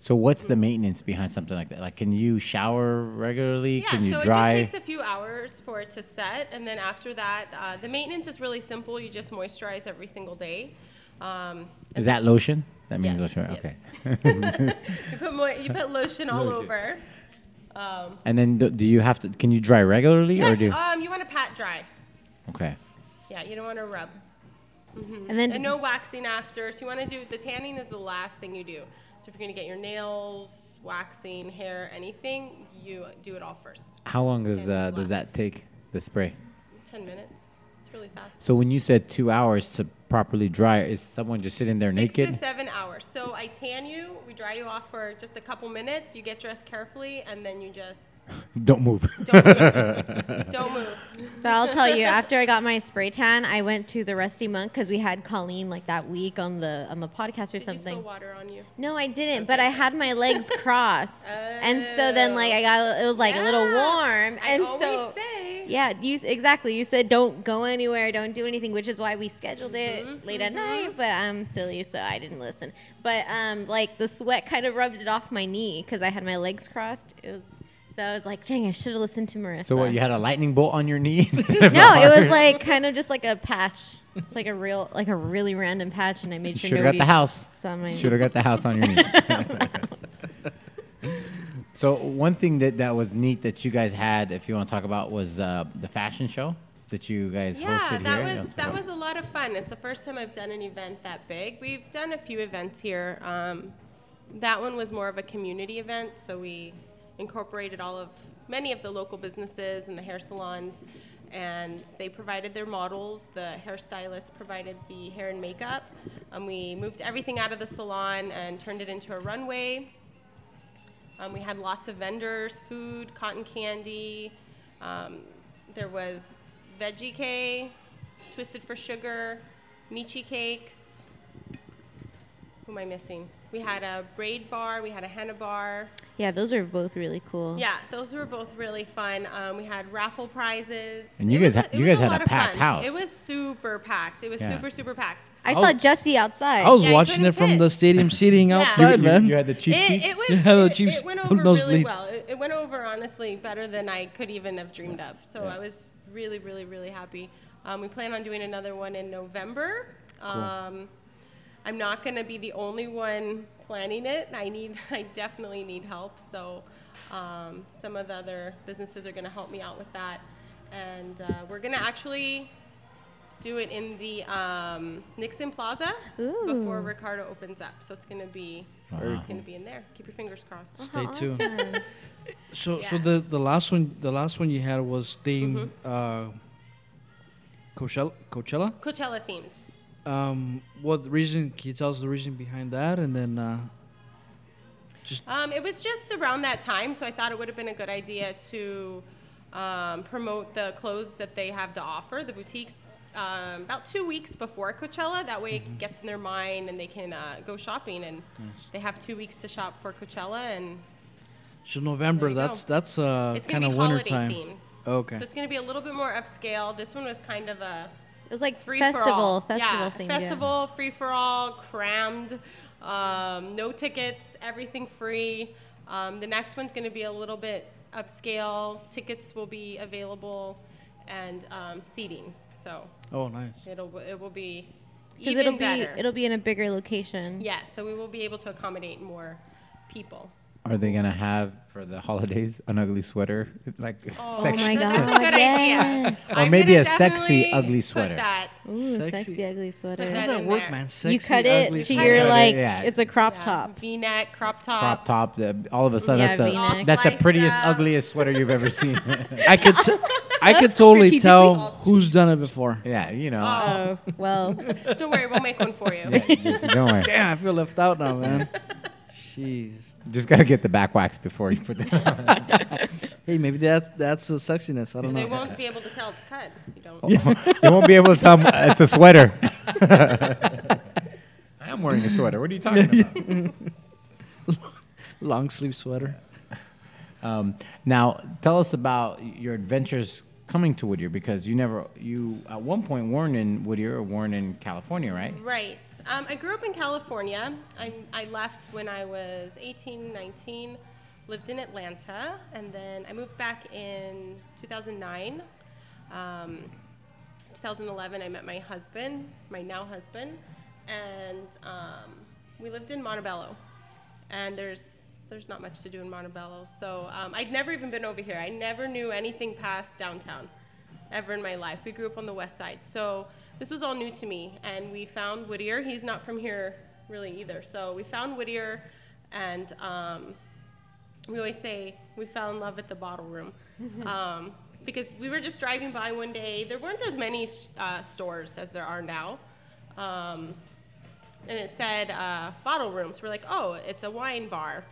Speaker 7: So what's the maintenance behind something like that? Like, can you shower regularly?
Speaker 6: Yeah,
Speaker 7: can you
Speaker 6: so
Speaker 7: dry?
Speaker 6: it just takes a few hours for it to set, and then after that, uh, the maintenance is really simple. You just moisturize every single day. Um,
Speaker 7: Is that lotion? That means
Speaker 6: Yes,
Speaker 7: lotion.
Speaker 6: yes.
Speaker 7: Okay.
Speaker 6: you put mo- you put lotion all
Speaker 7: Lotion.
Speaker 6: over.
Speaker 7: And then do, do you have to? Can you dry regularly or do? You,
Speaker 6: um, you want to pat dry.
Speaker 7: okay.
Speaker 6: Yeah, you don't want to rub.
Speaker 8: And then
Speaker 6: And no waxing after. So you want to do the tanning is the last thing you do. So if you're gonna get your nails, waxing, hair, anything, you do it all first.
Speaker 7: How long does
Speaker 6: And
Speaker 7: uh,
Speaker 6: it's
Speaker 7: does
Speaker 6: last.
Speaker 7: that take? The spray.
Speaker 6: Ten minutes. It's really fast.
Speaker 7: So when you said two hours to properly dry, is someone just sitting there
Speaker 6: Six
Speaker 7: naked?
Speaker 6: to seven hours. So I tan you. We dry you off for just a couple minutes. You get dressed carefully, and then you just
Speaker 7: Don't move.
Speaker 6: don't move. don't move.
Speaker 8: So I'll tell you, after I got my spray tan, I went to the Rusty Monk because we had Colleen like that week on the on the podcast or
Speaker 6: Did you
Speaker 8: something.
Speaker 6: spill water on you?
Speaker 8: no, I didn't, but I had my legs crossed, and so then like I got it was like a little
Speaker 6: Yeah.
Speaker 8: warm,
Speaker 6: I
Speaker 8: and
Speaker 6: always
Speaker 8: so
Speaker 6: say.
Speaker 8: yeah, you exactly. You said don't go anywhere, don't do anything, which is why we scheduled it
Speaker 6: Mm-hmm,
Speaker 8: late at night. But I'm silly, so I didn't listen. But um, like the sweat kind of rubbed it off my knee because I had my legs crossed. It was so I was like, dang, I should have listened to Marissa.
Speaker 7: so what, you had a lightning bolt on your knee?
Speaker 8: No, it was like kind of just like a patch. It's like a real, like a really random patch, and I made sure
Speaker 7: Should have got
Speaker 8: nobody
Speaker 7: the house.
Speaker 8: saw my.
Speaker 7: Should have got the house on your knee. so one thing that that was neat that you guys had, if you want to talk about, was uh, the fashion show that you guys
Speaker 6: Yeah,
Speaker 7: hosted here.
Speaker 6: that
Speaker 7: You
Speaker 6: was
Speaker 7: wanna talk
Speaker 6: that
Speaker 7: about-
Speaker 6: was a lot of fun. It's the first time I've done an event that big. We've done a few events here. Um, that one was more of a community event, so we incorporated all of many of the local businesses and the hair salons, and they provided their models. The hairstylist provided the hair and makeup, and we moved everything out of the salon and turned it into a runway. Um, we had lots of vendors, food, cotton candy. Um, there was veggie K, twisted for sugar, michi cakes. Who am I missing? We had a braid bar. We had a henna bar.
Speaker 8: Yeah, those are both really cool.
Speaker 6: Yeah, those were both really fun. Um, we had raffle prizes.
Speaker 7: And you
Speaker 6: It
Speaker 7: guys
Speaker 6: was-
Speaker 7: ha-
Speaker 6: it
Speaker 7: you
Speaker 6: was
Speaker 7: guys had a
Speaker 6: lot of
Speaker 7: packed
Speaker 6: fun.
Speaker 7: house.
Speaker 6: It was super packed. It was
Speaker 7: Yeah.
Speaker 6: super super packed.
Speaker 8: I
Speaker 1: Oh.
Speaker 8: saw Jesse outside.
Speaker 1: I was
Speaker 6: Yeah, you
Speaker 1: watching
Speaker 6: couldn't
Speaker 1: it from
Speaker 6: fit.
Speaker 1: the stadium seating
Speaker 7: You,
Speaker 1: outside,
Speaker 7: you-
Speaker 1: man.
Speaker 7: you had the cheap
Speaker 6: It,
Speaker 7: seats.
Speaker 6: it was.
Speaker 1: Yeah, the
Speaker 6: it,
Speaker 1: Chiefs
Speaker 6: it went
Speaker 1: put
Speaker 6: over
Speaker 1: those
Speaker 6: really
Speaker 1: lead.
Speaker 6: well. It, it went over honestly better than I could even have dreamed of. So I was really, really, really happy. Um, we plan on doing another one in November. Um, I'm not going to be the only one planning it. I need. I definitely need help. So um, some of the other businesses are going to help me out with that, and uh, we're going to actually. Do it in the um, Nixon Plaza before Ricardo opens up. So it's going to be
Speaker 7: Wow.
Speaker 6: it's gonna be in there. Keep your fingers crossed.
Speaker 1: Stay tuned. So, so
Speaker 6: Uh-huh, Yeah. Mm-hmm.
Speaker 1: the, the last one, the last one you had was themed uh, Coachella. Coachella.
Speaker 6: Coachella themed.
Speaker 1: Um, what the reason? Can you tell us the reason behind that? And then, uh,
Speaker 6: Um, it was just around that time, so I thought it would have been a good idea to um, promote the clothes that they have to offer, the boutiques, um, about two weeks before Coachella. That way it gets in their mind and they can uh, go shopping, and they have two weeks to shop for Coachella, and
Speaker 1: so November.
Speaker 6: There you
Speaker 1: That's
Speaker 6: go.
Speaker 1: that's uh,
Speaker 6: it's
Speaker 1: kind
Speaker 6: gonna
Speaker 1: of
Speaker 6: be
Speaker 1: winter
Speaker 6: holiday
Speaker 1: time.
Speaker 6: themed.
Speaker 1: Oh, Okay.
Speaker 6: So it's gonna be a little bit more upscale. This one was kind of a
Speaker 8: It was like
Speaker 6: free
Speaker 8: festival,
Speaker 6: for all.
Speaker 8: festival
Speaker 6: yeah,
Speaker 8: thing. yeah.
Speaker 6: Festival, free for all, crammed, um, no tickets, everything free. Um, the next one's going to be a little bit upscale. Tickets will be available and um, seating, so
Speaker 1: oh, nice.
Speaker 6: it'll it will be
Speaker 8: 'Cause
Speaker 6: even
Speaker 8: it'll be
Speaker 6: better.
Speaker 8: it'll be in a bigger location.
Speaker 6: yeah, so we will be able to accommodate more people.
Speaker 7: Are they gonna have for the holidays an ugly sweater like
Speaker 6: Oh
Speaker 8: Oh my
Speaker 7: section?
Speaker 8: god.
Speaker 6: That's a good
Speaker 8: yes.
Speaker 6: idea.
Speaker 7: Or
Speaker 6: I'm
Speaker 7: maybe
Speaker 6: gonna
Speaker 7: a sexy,
Speaker 6: definitely
Speaker 7: ugly
Speaker 6: put
Speaker 7: sweater.
Speaker 6: that. uh,
Speaker 8: Ooh,
Speaker 1: Sexy.
Speaker 8: sexy. ugly
Speaker 1: How
Speaker 8: sweter.
Speaker 1: does
Speaker 6: that
Speaker 1: that
Speaker 6: in
Speaker 1: work,
Speaker 6: there.
Speaker 1: man?
Speaker 6: You
Speaker 1: Sexy,
Speaker 8: you cut it
Speaker 1: ugly
Speaker 8: to
Speaker 1: sweater.
Speaker 8: your
Speaker 7: Yeah.
Speaker 8: like
Speaker 7: Yeah.
Speaker 8: it's a crop
Speaker 6: Yeah,
Speaker 8: top.
Speaker 6: V-neck, crop top.
Speaker 7: Crop top. the- all of a sudden,
Speaker 8: Yeah,
Speaker 7: that's, the,
Speaker 8: V-neck.
Speaker 7: that's the
Speaker 6: Sliced
Speaker 7: prettiest,
Speaker 6: up.
Speaker 7: ugliest sweater you've ever seen.
Speaker 1: I could, t- I could totally
Speaker 8: Strategically
Speaker 1: tell
Speaker 6: all-
Speaker 1: who's done it before.
Speaker 7: yeah, you know.
Speaker 8: Oh well,
Speaker 6: Don't worry, we'll make one for you.
Speaker 7: Yeah, just, don't worry.
Speaker 1: Damn, I feel left out now, man. Jeez.
Speaker 7: Just gotta get the back wax before you put that.
Speaker 1: Hey, maybe that that's the sexiness. I don't
Speaker 6: They
Speaker 1: know.
Speaker 6: won't be able to tell it's cut. You don't.
Speaker 7: Oh, you won't be able to tell. uh, It's a sweater. I am wearing a sweater. What are you talking about?
Speaker 1: Long sleeve sweater.
Speaker 7: Um, now, tell us about your adventures coming to Whittier? Because you never, you at one point weren't in Whittier or weren't in California, right?
Speaker 6: Right. Um, I grew up in California. I, I left when I was 18, 19, lived in Atlanta, and then I moved back in 2009. Um, 2011, I met my husband, my now husband, and um, we lived in Montebello. And there's there's not much to do in Montebello, so um, I'd never even been over here. I never knew anything past downtown ever in my life. We grew up on the west side, so this was all new to me. And we found Whittier. He's not from here really either. So we found Whittier, and um, we always say we fell in love at the bottle room um, because we were just driving by one day. There weren't as many s- uh, stores as there are now. Um, and it said uh, bottle rooms. We're like, oh, it's a wine bar.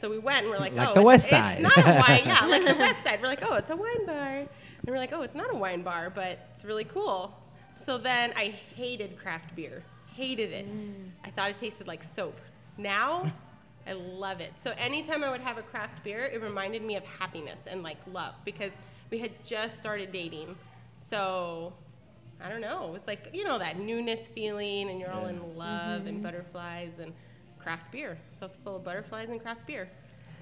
Speaker 6: So we went and we're like,
Speaker 7: Like
Speaker 6: oh,
Speaker 7: the
Speaker 6: it's-
Speaker 7: West
Speaker 6: it's,
Speaker 7: Side.
Speaker 6: not a wine. Yeah, like the West Side. We're like, oh, it's a wine bar. And we're like, oh, it's not a wine bar, but it's really cool. So then I hated craft beer. Hated it. I thought it tasted like soap. Now I love it. So anytime I would have a craft beer, it reminded me of happiness and like love because we had just started dating. So I don't know. It's like you know that newness feeling, and you're all in love and butterflies and craft beer. So it's full of butterflies and craft beer.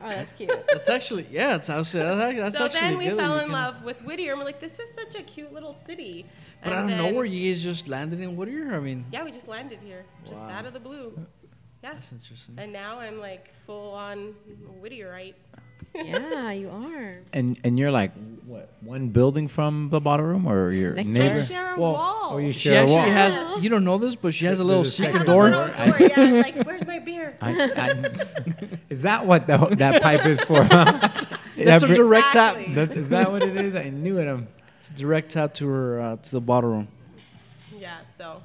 Speaker 8: Oh, that's cute.
Speaker 1: That's actually yeah. It's actually that's
Speaker 6: so
Speaker 1: actually
Speaker 6: then we
Speaker 1: good that
Speaker 6: fell
Speaker 1: you
Speaker 6: in
Speaker 1: can-
Speaker 6: love with Whittier, and we're like, this is such a cute little city.
Speaker 1: But
Speaker 6: and
Speaker 1: I don't
Speaker 6: then-
Speaker 1: know where you guys just landed in Whittier. I mean,
Speaker 6: Yeah, we just landed here, just
Speaker 1: Wow.
Speaker 6: out of the blue. Yeah.
Speaker 1: that's interesting.
Speaker 6: And now I'm like full on Whittierite.
Speaker 8: yeah, you are.
Speaker 7: And and you're like what one building from the bottle room or your
Speaker 8: Next
Speaker 6: I
Speaker 7: neighbor?
Speaker 6: share a
Speaker 1: Well,
Speaker 6: wall.
Speaker 7: Oh, you
Speaker 1: She
Speaker 7: share a
Speaker 1: actually
Speaker 7: wall.
Speaker 1: has. You don't know this, but she has a little
Speaker 7: There's a
Speaker 1: secret
Speaker 7: second
Speaker 6: have a
Speaker 1: door.
Speaker 6: little door.
Speaker 7: I-
Speaker 6: yeah, I'm like, where's my beer?
Speaker 7: I, I, is that what the, that pipe is for? that's
Speaker 1: That's a direct tap.
Speaker 6: Exactly.
Speaker 7: That, is that what it is? I knew it. Um,
Speaker 1: It's a direct tap to her uh, to the bottle room.
Speaker 6: Yeah, so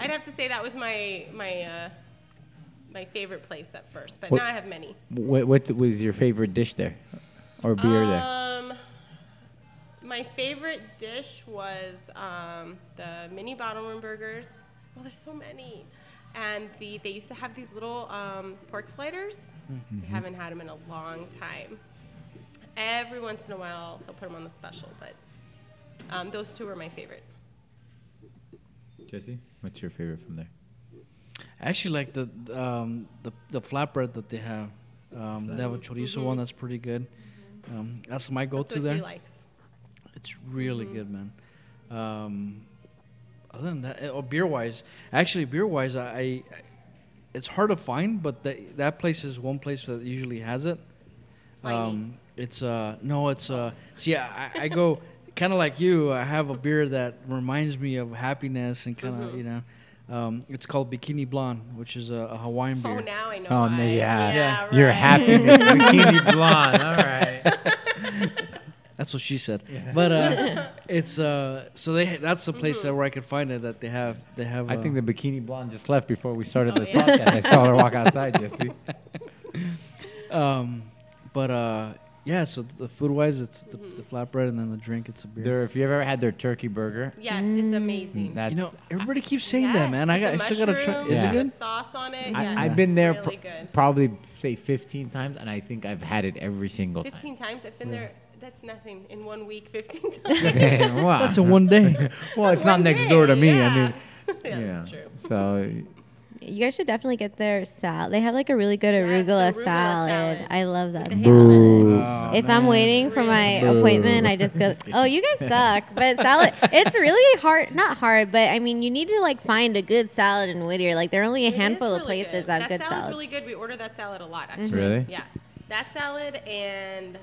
Speaker 6: I'd have to say that was my my uh, my favorite place at first, but
Speaker 7: What-
Speaker 6: now I have many.
Speaker 7: what, what was your favorite dish there, or beer there?
Speaker 6: Um, my favorite dish was um, the mini bottle room burgers. Well, there's so many, and the they used to have these little um, pork sliders.
Speaker 1: Mm-hmm.
Speaker 6: They haven't had them in a long time. Every once in a while, they'll put them on the special, but um, those two were my favorite.
Speaker 7: Jesse, what's your favorite from there?
Speaker 1: I actually like the um, the the flatbread that they have. Um, they have a chorizo one that's pretty good. Um, that's my
Speaker 6: Mm-hmm. That's
Speaker 1: go-to
Speaker 6: what
Speaker 1: there.
Speaker 6: he likes.
Speaker 1: It's really good, man. Um, other than that, oh, beer wise, actually, beer wise, I, I it's hard to find, but that that place is one place that usually has it. Um, it's uh no, it's uh see, I, I go kind of like you. I have a beer that reminds me of happiness and kind of you know. Um, it's called Bikini Blonde, which is a, a Hawaiian beer.
Speaker 6: Oh, now I know.
Speaker 7: Oh,
Speaker 6: why.
Speaker 7: yeah.
Speaker 6: yeah
Speaker 7: Your
Speaker 6: right.
Speaker 7: happiness, bikini blonde. All right.
Speaker 1: That's what she said. But uh, it's uh, so they that's the place that where I could find it that they have they have.
Speaker 7: I
Speaker 1: uh,
Speaker 7: think the bikini blonde just left before we started
Speaker 6: Oh,
Speaker 7: this
Speaker 6: yeah.
Speaker 7: podcast. I saw her walk outside, Jesse.
Speaker 1: Um, but uh, yeah. So the food wise, it's the,
Speaker 6: Mm-hmm.
Speaker 1: the flatbread, and then the drink, it's a beer.
Speaker 7: There, if you ever had their turkey burger,
Speaker 6: Yes, it's amazing.
Speaker 7: that's
Speaker 1: you know, everybody keeps saying that,
Speaker 6: Yes,
Speaker 1: man. I,
Speaker 6: with
Speaker 1: got, I
Speaker 6: the
Speaker 1: still gotta try.
Speaker 6: mushrooms
Speaker 1: Is
Speaker 7: Yeah.
Speaker 1: it
Speaker 6: and
Speaker 1: good?
Speaker 6: the Sauce on it.
Speaker 7: I,
Speaker 6: yes,
Speaker 7: I've
Speaker 6: it's
Speaker 7: been there
Speaker 6: Really
Speaker 7: pr-
Speaker 6: good.
Speaker 7: probably say 15 times, and I think I've had it every single time.
Speaker 6: Fifteen times. I've been there. That's nothing in one week. Fifteen times.
Speaker 7: Damn, wow.
Speaker 1: That's in one day.
Speaker 7: well, it's not
Speaker 6: one
Speaker 7: next door to
Speaker 6: day,
Speaker 7: me. I
Speaker 6: yeah.
Speaker 7: mean,
Speaker 6: yeah,
Speaker 7: you
Speaker 6: that's
Speaker 7: know,
Speaker 6: true.
Speaker 7: So
Speaker 8: You guys should definitely get their salad. They have like a really good
Speaker 6: Yes, the
Speaker 8: arugula,
Speaker 6: arugula
Speaker 8: salad.
Speaker 6: salad.
Speaker 8: I love that salad.
Speaker 1: Oh,
Speaker 8: If I'm
Speaker 1: man.
Speaker 8: waiting for my appointment, I just go, "Oh, you guys suck." But salad, it's really hard, not hard, but I mean, you need to like find a good salad in Whittier. Like there are only a
Speaker 6: It is
Speaker 8: handful of
Speaker 6: really
Speaker 8: places
Speaker 6: good.
Speaker 8: that
Speaker 6: that
Speaker 8: have good
Speaker 6: salad's
Speaker 8: salads. Mm-hmm.
Speaker 6: really good. We order that salad a lot, actually.
Speaker 7: Really?
Speaker 6: Yeah, that salad and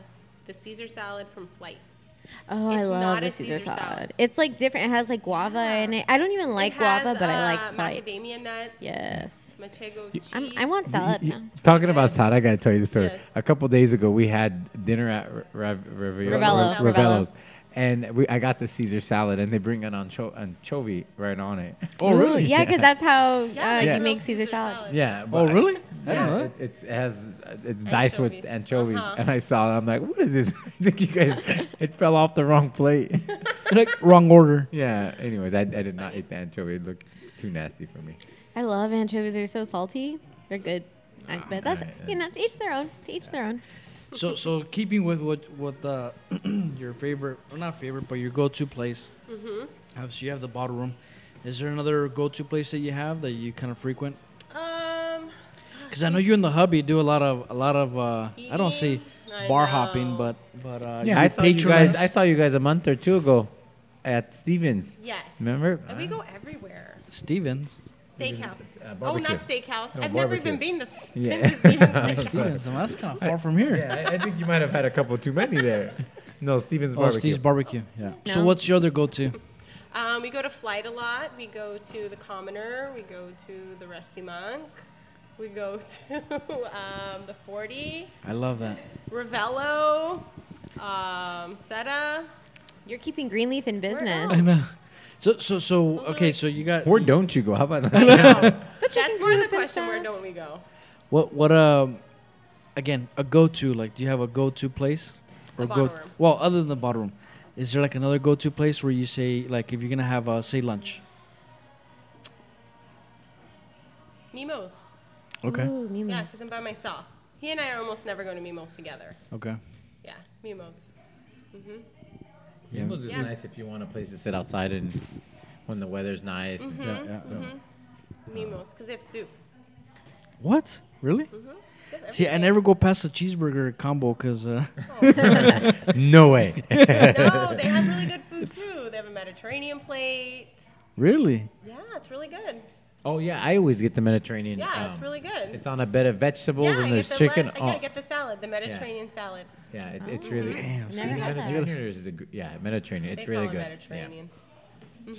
Speaker 6: the Caesar salad from Flight.
Speaker 8: Oh, I
Speaker 6: It's
Speaker 8: love
Speaker 6: not
Speaker 8: the
Speaker 6: a
Speaker 8: Caesar,
Speaker 6: Caesar
Speaker 8: salad.
Speaker 6: salad.
Speaker 8: It's like different. It has like guava in it. I don't even like
Speaker 6: It has,
Speaker 8: guava, but I
Speaker 6: uh,
Speaker 8: like fried.
Speaker 6: macadamia nuts.
Speaker 8: Yes.
Speaker 6: Manchego cheese.
Speaker 8: I'm, I want salad
Speaker 7: Y-
Speaker 8: now.
Speaker 7: Talking about salad, I got to tell you the story.
Speaker 6: Yes.
Speaker 7: A couple days ago, we had dinner at R- Rav- Ravi-
Speaker 8: Ravello.
Speaker 7: Ra-
Speaker 8: Ravello.
Speaker 7: Ravello's, and we, I got the Caesar salad, and they bring an ancho- anchovy right on it.
Speaker 1: Oh really?
Speaker 8: Yeah, because that's how
Speaker 6: Yeah,
Speaker 8: uh,
Speaker 6: like
Speaker 8: you
Speaker 6: a
Speaker 8: make
Speaker 6: little
Speaker 8: Caesar salad.
Speaker 7: Yeah.
Speaker 1: Oh
Speaker 7: but-
Speaker 1: really? I didn't know
Speaker 7: Yeah,
Speaker 1: that.
Speaker 7: it, it has it's diced with
Speaker 6: Anchovies.
Speaker 7: anchovies,
Speaker 6: Uh-huh.
Speaker 7: and I saw it. I'm like, what is this? I think you guys, it fell off the wrong plate.
Speaker 1: Like, wrong order.
Speaker 7: yeah. Anyways, I, I did not eat the anchovy. It looked too nasty for me.
Speaker 8: I love anchovies. They're so salty. They're good. I- but that's you know to each their own. To each their own.
Speaker 1: So so keeping with what what uh, your favorite or not favorite but your go-to place.
Speaker 6: Mm-hmm.
Speaker 1: Obviously, you have the bottle room. Is there another go-to place that you have that you kind of frequent?
Speaker 6: Um,
Speaker 1: Because I know you and the hubby do a lot of a lot of uh, I don't say
Speaker 6: Eating, I
Speaker 1: bar hopping,
Speaker 6: know.
Speaker 1: but but uh,
Speaker 7: Yeah, I saw you guys.
Speaker 1: patronize-
Speaker 7: I saw you guys a month or two ago at Stevens.
Speaker 6: yes.
Speaker 7: Remember?
Speaker 6: And we go everywhere.
Speaker 1: Stevens.
Speaker 6: Steakhouse.
Speaker 7: Uh,
Speaker 6: oh,
Speaker 7: barbecue.
Speaker 6: not steakhouse.
Speaker 7: No,
Speaker 6: I've never even
Speaker 7: barbecue.
Speaker 6: been to s-
Speaker 7: Yeah.
Speaker 6: been to Stevens.
Speaker 1: Stevens. Well, that's kind of far from here.
Speaker 7: Yeah, I, I think you might have had a couple too many there. No, Stevens
Speaker 1: Oh,
Speaker 7: barbecue.
Speaker 1: Steve's barbecue. Yeah. So
Speaker 8: No.
Speaker 1: what's your other go-to?
Speaker 6: um, we go to Flight a lot. We go to the Commoner. We go to the Rusty Monk. We go to um, the 40,
Speaker 1: I love that.
Speaker 6: Ravello, um, Seta.
Speaker 8: You're keeping Greenleaf in business.
Speaker 1: I know. So so so
Speaker 6: are
Speaker 1: okay.
Speaker 6: like-
Speaker 1: So you got
Speaker 7: Where don't you go? How about that?
Speaker 8: But
Speaker 6: That's more the question. Where don't we go?
Speaker 1: what what um again a go-to like do you have a go-to place
Speaker 6: The
Speaker 1: go
Speaker 6: bottle room.
Speaker 1: well other than the bottle room is there like another go-to place where you say like if you're gonna have uh, say lunch
Speaker 6: Mimo's.
Speaker 1: okay
Speaker 6: Yeah, because I'm by myself. He and I are almost never going to Mimo's together.
Speaker 1: okay
Speaker 6: Yeah, Mimo's.
Speaker 1: yeah
Speaker 7: Mimo's is
Speaker 6: Yeah.
Speaker 7: nice if you want a place to sit outside and when the weather's nice.
Speaker 6: Mm-hmm.
Speaker 1: yeah, yeah.
Speaker 6: Mimo's, because they have soup.
Speaker 1: what really
Speaker 6: They have
Speaker 1: see I
Speaker 6: everything.
Speaker 1: never go past the cheeseburger combo because uh,
Speaker 7: No way.
Speaker 6: no, they have really good food too. They have a Mediterranean plate.
Speaker 1: really
Speaker 6: Yeah, it's really good.
Speaker 7: oh yeah, I always get the Mediterranean.
Speaker 6: Yeah, it's
Speaker 7: um,
Speaker 6: really good.
Speaker 7: It's on a bed of vegetables
Speaker 6: yeah,
Speaker 7: and
Speaker 6: I get
Speaker 7: there's
Speaker 6: the
Speaker 7: chicken.
Speaker 6: Le- I
Speaker 7: oh,
Speaker 6: gotta get Oh. the salad, the Mediterranean salad.
Speaker 7: yeah, it, it's really.
Speaker 1: damn see,
Speaker 8: Never had that.
Speaker 7: Mediterranean or is it the, yeah, Mediterranean.
Speaker 6: They
Speaker 7: It's really
Speaker 6: call
Speaker 7: good.
Speaker 6: it
Speaker 7: Yeah.
Speaker 6: Mediterranean.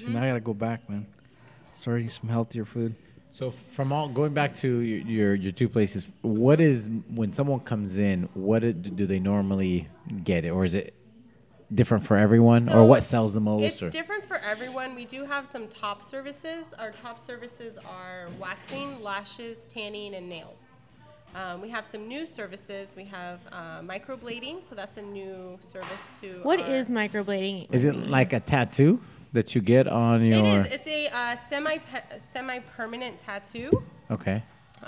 Speaker 1: see, now I gotta go back man start eating some healthier food
Speaker 7: So from all going back to your your, your two places, what is when someone comes in? What i- do they normally get it, or is it different for everyone, or
Speaker 6: So
Speaker 7: what sells the most?
Speaker 6: It's
Speaker 7: or-
Speaker 6: different for everyone. We do have some top services. Our top services are waxing, lashes, tanning, and nails. Um, we have some new services. We have uh, microblading, so that's a new service to.
Speaker 8: What
Speaker 6: our-
Speaker 8: is microblading?
Speaker 7: Is it like a tattoo that you get on
Speaker 6: It
Speaker 7: your?
Speaker 6: is. It's a uh, semi semi permanent tattoo.
Speaker 7: okay.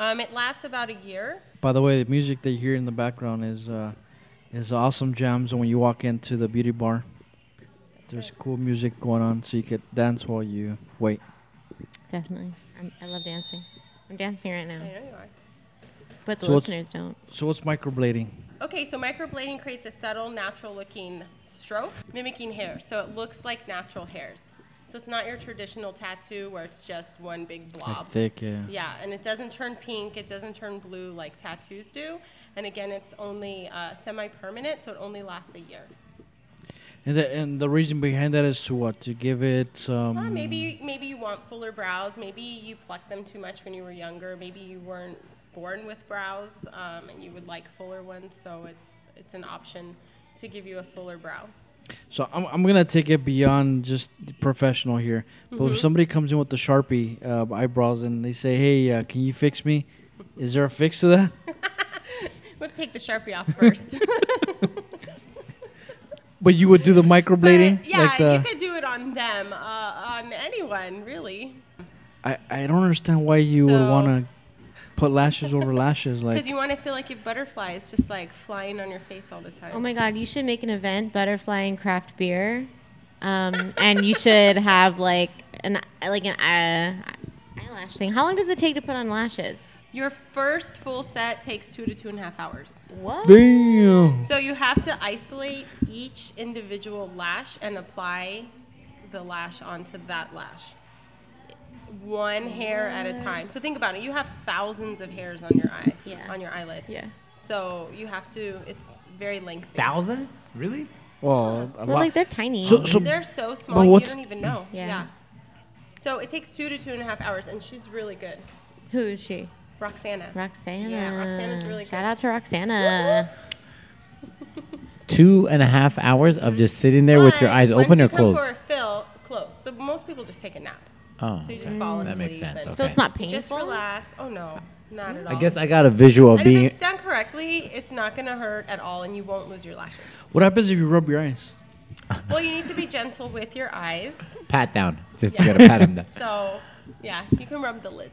Speaker 6: Um, it lasts about a year.
Speaker 1: by the way the music that you hear in the background is uh, is awesome jams when you walk into the beauty bar there's cool music going on so you could dance while you wait
Speaker 8: Definitely. I'm, I love dancing. I'm dancing right
Speaker 6: I
Speaker 8: now,
Speaker 6: know you are.
Speaker 8: but the
Speaker 1: So what's-
Speaker 8: listeners don't.
Speaker 1: So what's microblading?
Speaker 6: Okay, so microblading creates a subtle, natural looking stroke mimicking hair. So it looks like natural hairs. So it's not your traditional tattoo where it's just one big blob.
Speaker 1: Like thick, yeah.
Speaker 6: Yeah, and it doesn't turn pink, it doesn't turn blue like tattoos do. And again, it's only uh, semi permanent, so it only lasts a year.
Speaker 1: And the, and the reason behind that is to what? To give it some.
Speaker 6: Well, Ah, maybe maybe you want fuller brows. Maybe you plucked them too much when you were younger. Maybe you weren't born with brows, um, and you would like fuller ones. So it's it's an option to give you a fuller brow.
Speaker 1: So I'm, I'm gonna take it beyond just professional here. But
Speaker 6: Mm-hmm.
Speaker 1: if somebody comes in with the sharpie uh, eyebrows and they say, "Hey, uh, can you fix me?" Is there a fix to that?
Speaker 6: We have to take the sharpie off first.
Speaker 1: But you would do the microblading.
Speaker 6: yeah,
Speaker 1: like uh, the,
Speaker 6: you could do it on them, uh, on anyone really,
Speaker 1: I I don't understand why you would
Speaker 6: So-
Speaker 1: wanna put lashes over lashes. Like
Speaker 6: because you want to feel like you have butterflies just like flying on your face all the time.
Speaker 8: Oh my God, you should make an event, butterfly and craft beer, um, and you should have like an like an uh, eyelash thing. How long does it take to put on lashes?
Speaker 6: Your first full set takes two to two and a half hours.
Speaker 8: What?
Speaker 7: Damn.
Speaker 6: So you have to isolate each individual lash and apply the lash onto that lash. One hair at a time. So think about it. You have thousands of hairs on your eye,
Speaker 8: Yeah.
Speaker 6: on your eyelid.
Speaker 8: Yeah.
Speaker 6: So you have to. It's very lengthy.
Speaker 7: Thousands? Really?
Speaker 1: well, a
Speaker 8: Well,
Speaker 1: lot.
Speaker 8: like they're tiny.
Speaker 1: so so
Speaker 6: They're so
Speaker 1: But
Speaker 6: small. You
Speaker 1: what's-
Speaker 6: don't even know.
Speaker 8: Yeah.
Speaker 6: So it takes two to two and a half hours, and she's really good,
Speaker 8: Who is she?
Speaker 6: Roxana.
Speaker 8: Roxana.
Speaker 6: Yeah, Roxana's really
Speaker 8: Shout
Speaker 6: good.
Speaker 8: out to Roxana.
Speaker 7: Two and a half hours of just sitting there with your
Speaker 6: But
Speaker 7: eyes
Speaker 6: once
Speaker 7: open
Speaker 6: you
Speaker 7: or
Speaker 6: come
Speaker 7: closed.
Speaker 6: For a fill, close. So most people just take a nap.
Speaker 7: Oh,
Speaker 6: So you just fall asleep.
Speaker 7: that makes sense.
Speaker 6: and-
Speaker 8: So it's not painful.
Speaker 6: Just relax. Oh no, not at all.
Speaker 7: I guess I got a visual of
Speaker 6: And if
Speaker 7: being.
Speaker 6: it's done correctly, it's not going to hurt at all, and you won't lose your lashes.
Speaker 1: what happens if you rub your eyes?
Speaker 6: Well, you need to be gentle with your eyes.
Speaker 7: pat down. Just you gotta pat him down.
Speaker 6: So, yeah, you can rub the lids.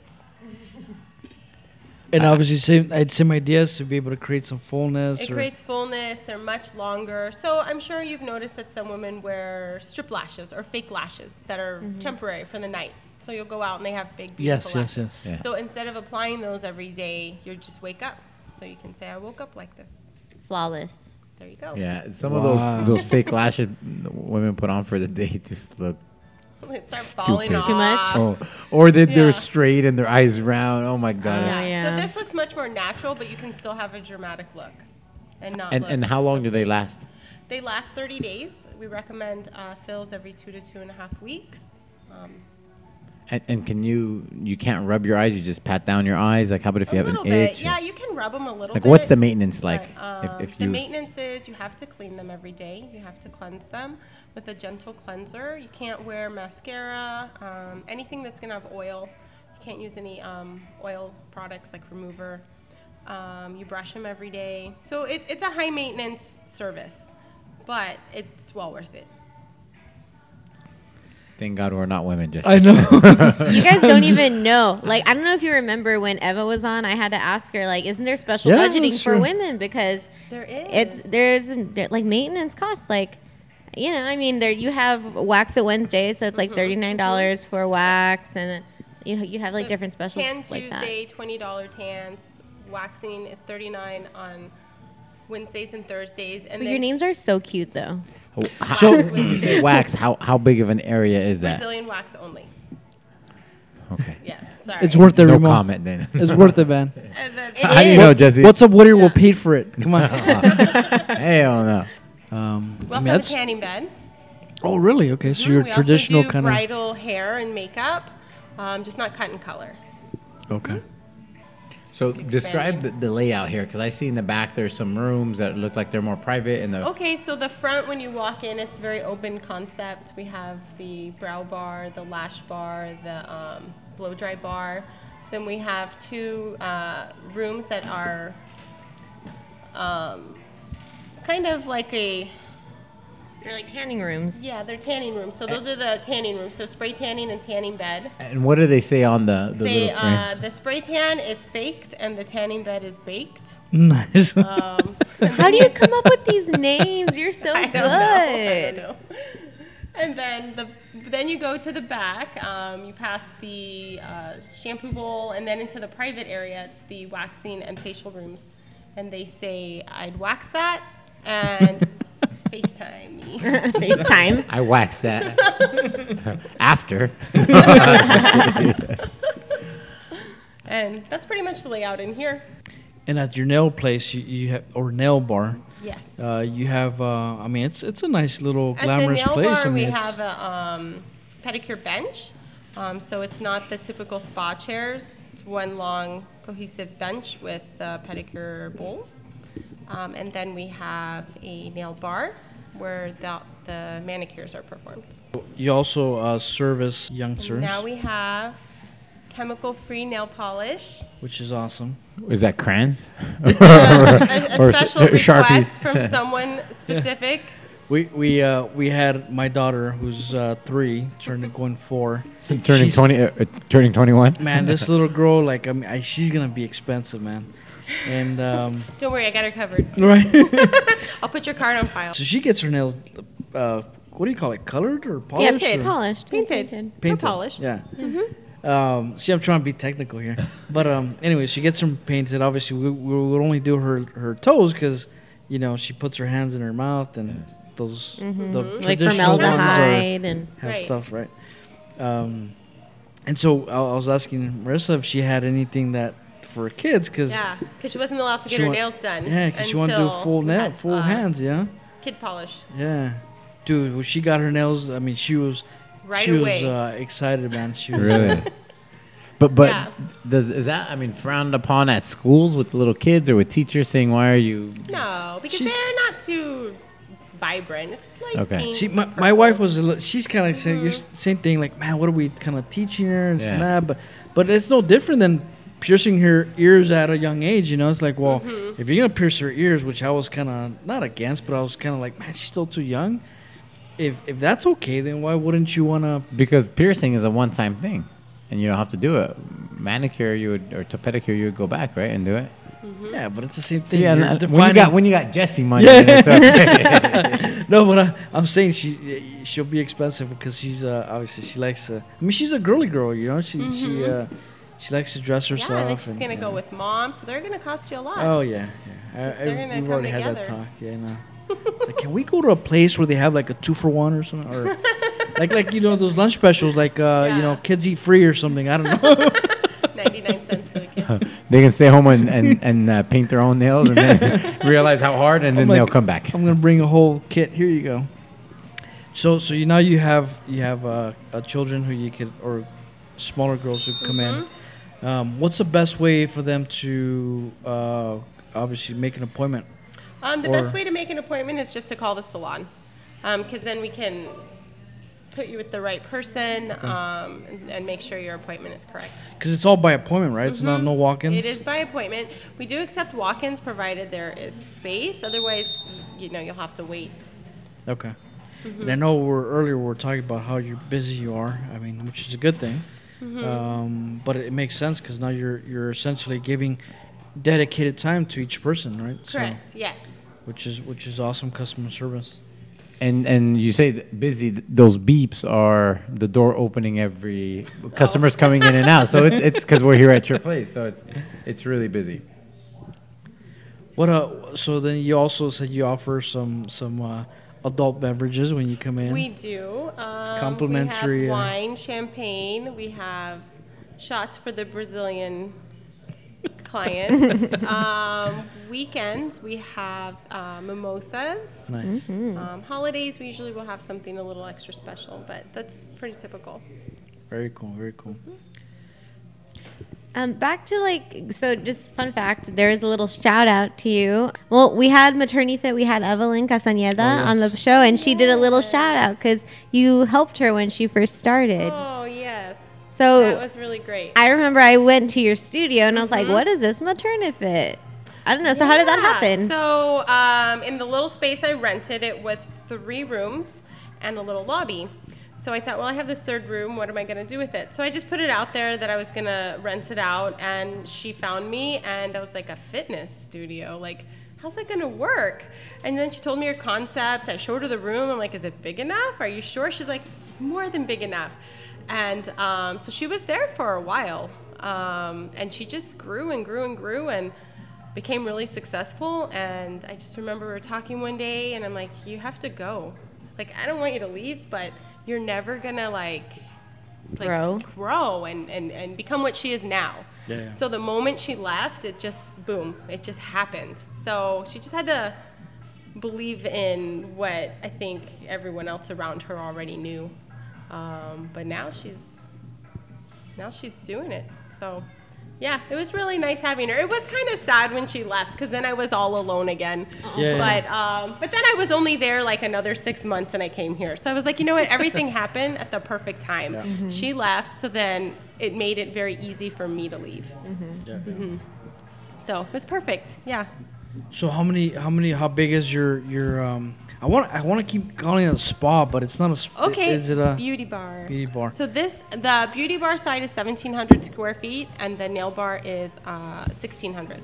Speaker 1: And obviously, same I'd same ideas to be able to create some fullness.
Speaker 6: It
Speaker 1: or,
Speaker 6: creates fullness. They're much longer. So I'm sure you've noticed that some women wear strip lashes or fake lashes that are
Speaker 8: Mm-hmm.
Speaker 6: temporary for the night. So you'll go out and they have big, beautiful
Speaker 1: Yes, yes,
Speaker 6: lashes.
Speaker 1: yes.
Speaker 7: Yeah.
Speaker 6: So instead of applying those every day, you just wake up. So you can say, I woke up like this.
Speaker 8: Flawless.
Speaker 6: There you go.
Speaker 7: Yeah, some
Speaker 1: Wow.
Speaker 7: of those those fake lashes women put on for the day just look
Speaker 6: They start falling
Speaker 7: Stupid.
Speaker 6: off.
Speaker 7: Too
Speaker 8: much?
Speaker 7: oh, or that
Speaker 6: Uh, Yeah.
Speaker 7: they're straight and their eyes round. Oh my god.
Speaker 6: Yeah.
Speaker 8: yeah.
Speaker 6: So this looks much more natural, but you can still have a dramatic look. And not
Speaker 7: And
Speaker 6: look
Speaker 7: and how long do they last?
Speaker 6: They last 30 days. We recommend uh, fills every two to two and a half weeks. Um,
Speaker 7: And, and can you you can't rub your eyes? You just pat down your eyes. Like how about if you
Speaker 6: a
Speaker 7: have
Speaker 6: little
Speaker 7: an
Speaker 6: bit.
Speaker 7: itch? or-
Speaker 6: Yeah, you can rub them a little
Speaker 7: like
Speaker 6: bit.
Speaker 7: what's the maintenance like?
Speaker 6: but, um,
Speaker 7: if, if
Speaker 6: the
Speaker 7: you
Speaker 6: maintenance is you have to clean them every day. You have to cleanse them with a gentle cleanser. You can't wear mascara, um, anything that's gonna have oil. You can't use any um, oil products like remover. Um, you brush them every day. So it, it's a high maintenance service, but it's well worth it.
Speaker 7: thank God we're not women. Just
Speaker 1: I know.
Speaker 8: You guys don't even know. Like, I don't know if you remember when Eva was on. I had to ask her, like, isn't there special
Speaker 1: Yeah,
Speaker 8: budgeting
Speaker 1: that's
Speaker 8: for
Speaker 1: true.
Speaker 8: women because
Speaker 6: There is.
Speaker 8: it's there's like maintenance costs. Like, you know, I mean, there you have wax at Wednesday, so it's
Speaker 6: Mm-hmm,
Speaker 8: like thirty nine dollars for wax, and you know you have like different specials
Speaker 6: Tan
Speaker 8: like that.
Speaker 6: Tuesday, twenty dollar tans. Waxing is thirty nine on Wednesdays and Thursdays, and
Speaker 8: But
Speaker 6: then
Speaker 8: your names are so cute though.
Speaker 7: Oh, how, so you say wax. How how big of an area is that?
Speaker 6: Brazilian wax only.
Speaker 7: Okay.
Speaker 6: Yeah, sorry.
Speaker 1: it's worth it,
Speaker 7: No
Speaker 1: Remo.
Speaker 7: comment then.
Speaker 1: It's worth it, man.
Speaker 6: And then-
Speaker 7: How do you know, Jesse?
Speaker 1: What's up, Woody? We'll pay for it. Come on.
Speaker 7: Hell no.
Speaker 1: um,
Speaker 6: we
Speaker 1: I mean,
Speaker 6: also have a
Speaker 1: that's-
Speaker 6: tanning bed. Mm-hmm.
Speaker 1: oh, really? Okay, so your
Speaker 6: we
Speaker 1: traditional
Speaker 6: also do
Speaker 1: kind of.
Speaker 6: bridal hair and makeup, um, just not cut and color.
Speaker 1: Okay.
Speaker 7: So describe the, the layout here, because I see in the back there's some rooms that look like they're more private, and the
Speaker 6: Okay, so the front when you walk in, it's very open concept. We have the brow bar, the lash bar, the um, blow dry bar. Then we have two uh, rooms that are um, kind of like a
Speaker 8: They're like tanning rooms. Eh.
Speaker 6: yeah, they're tanning rooms. So those are the tanning rooms. So spray tanning and tanning bed.
Speaker 7: and what do they say on the the
Speaker 6: They
Speaker 7: little frame?
Speaker 6: uh, the spray tan is faked and the tanning bed is baked.
Speaker 1: Nice.
Speaker 6: Um,
Speaker 8: How do you come up with these names? You're so
Speaker 6: I
Speaker 8: good.
Speaker 6: don't know. I don't know. And then the then you go to the back. Um, you pass the uh, shampoo bowl, and then into the private area. It's the waxing and facial rooms, and they say, "I'd wax that," and FaceTime me.
Speaker 8: FaceTime.
Speaker 7: I waxed that after.
Speaker 6: And that's pretty much the layout in here.
Speaker 1: and at your nail place, you, you have or nail bar.
Speaker 6: Yes.
Speaker 1: Uh, you have. Uh, I mean, it's it's a nice little
Speaker 6: At the
Speaker 1: glamorous
Speaker 6: nail
Speaker 1: place.
Speaker 6: bar,
Speaker 1: I mean,
Speaker 6: we
Speaker 1: it's-
Speaker 6: have a um, pedicure bench, um, so it's not the typical spa chairs. It's one long cohesive bench with uh, pedicure bowls, um, and then we have a nail bar where the, the manicures are performed.
Speaker 1: You also uh, service youngsters,
Speaker 6: Now we have chemical-free nail polish.
Speaker 1: which is awesome.
Speaker 7: Is that crayons?
Speaker 6: A, a
Speaker 7: Or
Speaker 6: special
Speaker 7: s- Sharpie.
Speaker 6: request from someone specific.
Speaker 1: We we uh, we had my daughter, who's uh, three, turning going four,
Speaker 7: Turning
Speaker 1: She's-
Speaker 7: twenty, uh, uh, turning twenty-one.
Speaker 1: Man, this little girl, like, I mean, I, she's gonna be expensive, man. And um,
Speaker 6: Don't worry, I got her covered.
Speaker 1: right,
Speaker 6: I'll put your card on file.
Speaker 1: so she gets her nails. Uh, what do you call it? Colored or
Speaker 8: Yeah,
Speaker 1: polished? or-
Speaker 8: polished.
Speaker 6: Painted.
Speaker 1: painted.
Speaker 6: polished. Mm-hmm.
Speaker 1: Yeah. Um, see, I'm trying to be technical here, but um, anyway, she gets them painted. Obviously, we, we would only do her her toes because, you know, she puts her hands in her mouth and those the
Speaker 8: Like
Speaker 1: traditional ones are,
Speaker 8: formaldehyde and
Speaker 1: have
Speaker 6: Mm-hmm. Right.
Speaker 1: stuff right. Um, and so I, I was asking Marissa if she had anything that for kids because
Speaker 6: Yeah, because she wasn't allowed to
Speaker 1: She
Speaker 6: get her
Speaker 1: want-
Speaker 6: nails done.
Speaker 1: Yeah, because she wanted to do
Speaker 6: until
Speaker 1: full
Speaker 6: we
Speaker 1: nail,
Speaker 6: had,
Speaker 1: full
Speaker 6: uh,
Speaker 1: hands. Yeah,
Speaker 6: Kid polish.
Speaker 1: yeah, dude. When she got her nails, I mean, she was
Speaker 6: Right
Speaker 1: she was
Speaker 6: away.
Speaker 1: uh, excited, man. She was uh,
Speaker 7: Really? but but
Speaker 6: Yeah.
Speaker 7: does is that I mean frowned upon at schools with little kids or with teachers saying why are you?
Speaker 6: No, because
Speaker 1: She's-
Speaker 6: they're not too vibrant. It's like
Speaker 7: Okay.
Speaker 6: pinks
Speaker 1: See,
Speaker 6: and
Speaker 1: my, my wife
Speaker 6: purples.
Speaker 1: was a little, she's kind of saying you're s-
Speaker 6: Mm-hmm.
Speaker 1: same thing like man, what are we kind of teaching her and
Speaker 7: Yeah.
Speaker 1: snap? But but it's no different than piercing her ears at a young age. You know, it's like well,
Speaker 6: Mm-hmm.
Speaker 1: if you're gonna pierce her ears, which I was kind of not against, but I was kind of like man, she's still too young. If if that's okay, then why wouldn't you wanna?
Speaker 7: Because piercing is a one-time thing, and you don't have to do it manicure, you would or to pedicure, you would go back, right, and do it.
Speaker 6: Mm-hmm.
Speaker 1: Yeah, but it's the same thing.
Speaker 7: yeah,
Speaker 1: You're
Speaker 7: and, uh, when you
Speaker 1: defining-
Speaker 7: got when you got Jesse money,
Speaker 1: Yeah.
Speaker 7: then it's okay.
Speaker 1: no, but I, I'm saying she she'll be expensive because she's uh, obviously she likes. Uh, I mean, she's a girly girl, you know. She she uh, she likes to dress herself.
Speaker 6: Mm-hmm. Yeah, and then she's gonna
Speaker 1: yeah.
Speaker 6: go with mom, so they're gonna cost you a lot.
Speaker 1: Oh yeah, yeah. I,
Speaker 6: they're
Speaker 1: I-
Speaker 6: gonna
Speaker 1: we've
Speaker 6: come
Speaker 1: already had that
Speaker 6: together.
Speaker 1: talk. Yeah, I know. It's like, can we go to a place where they have like a two for one or something, or like like you know those lunch specials, like uh, you know
Speaker 6: Yeah.
Speaker 1: kids eat free or something. I don't know.
Speaker 6: 99 cents for the kids.
Speaker 7: they can stay home and and, and uh, paint their own nails and then realize how hard, and then
Speaker 1: like-
Speaker 7: they'll come back.
Speaker 1: I'm gonna bring a whole kit. Here you go. So so you now you have you have uh, uh, children who you could or smaller girls who come
Speaker 6: Mm-hmm.
Speaker 1: in. Um, what's the best way for them to uh, obviously make an appointment?
Speaker 6: Um, the
Speaker 1: Or-
Speaker 6: best way to make an appointment is just to call the salon, because then we can put you with the right person um, and, and make sure your appointment is correct.
Speaker 1: Because it's all by appointment, right? It's not no walk-ins.
Speaker 6: Mm-hmm. It is by appointment. We do accept walk-ins provided there is space. Otherwise, y- you know, you'll have to wait.
Speaker 1: Okay.
Speaker 6: Mm-hmm.
Speaker 1: And I know we're earlier we were talking about how you're busy you are. I mean, which is a good thing.
Speaker 6: Mm-hmm.
Speaker 1: Um, but it makes sense because now you're you're essentially giving dedicated time to each person, right? So-
Speaker 6: Correct. Yes.
Speaker 1: which is which is awesome customer service.
Speaker 7: And and you say th- busy. th- Those beeps are the door opening every customers coming in and out. So it's it's because we're here at your place. So it's it's really busy.
Speaker 1: What uh? So then you also said you offer some some uh, adult beverages when you come in.
Speaker 6: We do. Um,
Speaker 1: Complimentary,
Speaker 6: We
Speaker 1: uh,
Speaker 6: have wine, champagne. We have shots for the Brazilian clients. um, weekends, we have uh, mimosas.
Speaker 1: nice.
Speaker 6: Um, holidays, we usually will have something a little extra special, but that's pretty typical.
Speaker 1: Very cool. Very cool.
Speaker 8: Um, back to like, so just fun fact, there is a little shout out to you. Well, we had Maternity Fit, we had Evelyn Casaneda on the show, and she did a little shout out because you helped her when she first started.
Speaker 6: Oh, yes.
Speaker 4: Oh.
Speaker 8: so
Speaker 6: That was really great.
Speaker 8: I remember I went to your studio and I was like, what is this maternity fit? I don't know. So how did that
Speaker 6: Yeah,
Speaker 8: happen?
Speaker 6: So, um, in the little space I rented, it was three rooms and a little lobby. So I thought, well, I have this third room. What am I going to do with it? So I just put it out there that I was going to rent it out, and she found me, and I was like, a fitness studio, like. How's that gonna work? And then she told me her concept. I showed her the room. I'm like, is it big enough? Are you sure? She's like, it's more than big enough. And um, so she was there for a while. Um, and she just grew and grew and grew. And became really successful and i just remember we were talking one day and i'm like you have to go like i don't want you to leave but you're never gonna like like
Speaker 8: Grow.
Speaker 6: grow and, and and become what she is now
Speaker 1: Yeah, yeah.
Speaker 6: so the moment she left it just boom it just happened so she just had to believe in what i think everyone else around her already knew um, but now she's now she's doing it. So, yeah, it was really nice having her. It was kind of sad when she left because then I was all alone again.
Speaker 1: Uh-uh. Yeah,
Speaker 6: but um, but then I was only there like another six months and I came here. So I was like, you know what? Everything happened at the perfect time. She left, so then it made it very easy for me to leave. Mm-hmm.
Speaker 1: Yeah, yeah.
Speaker 6: So it was perfect. Yeah.
Speaker 1: So how many how many how big is your your um? I want I want to keep calling it a spa, but it's not a spa.
Speaker 6: Okay.
Speaker 1: Is it a
Speaker 6: beauty bar?
Speaker 1: beauty bar?
Speaker 6: So this the beauty bar side is 1,700 square feet and the nail bar is uh, 1,600.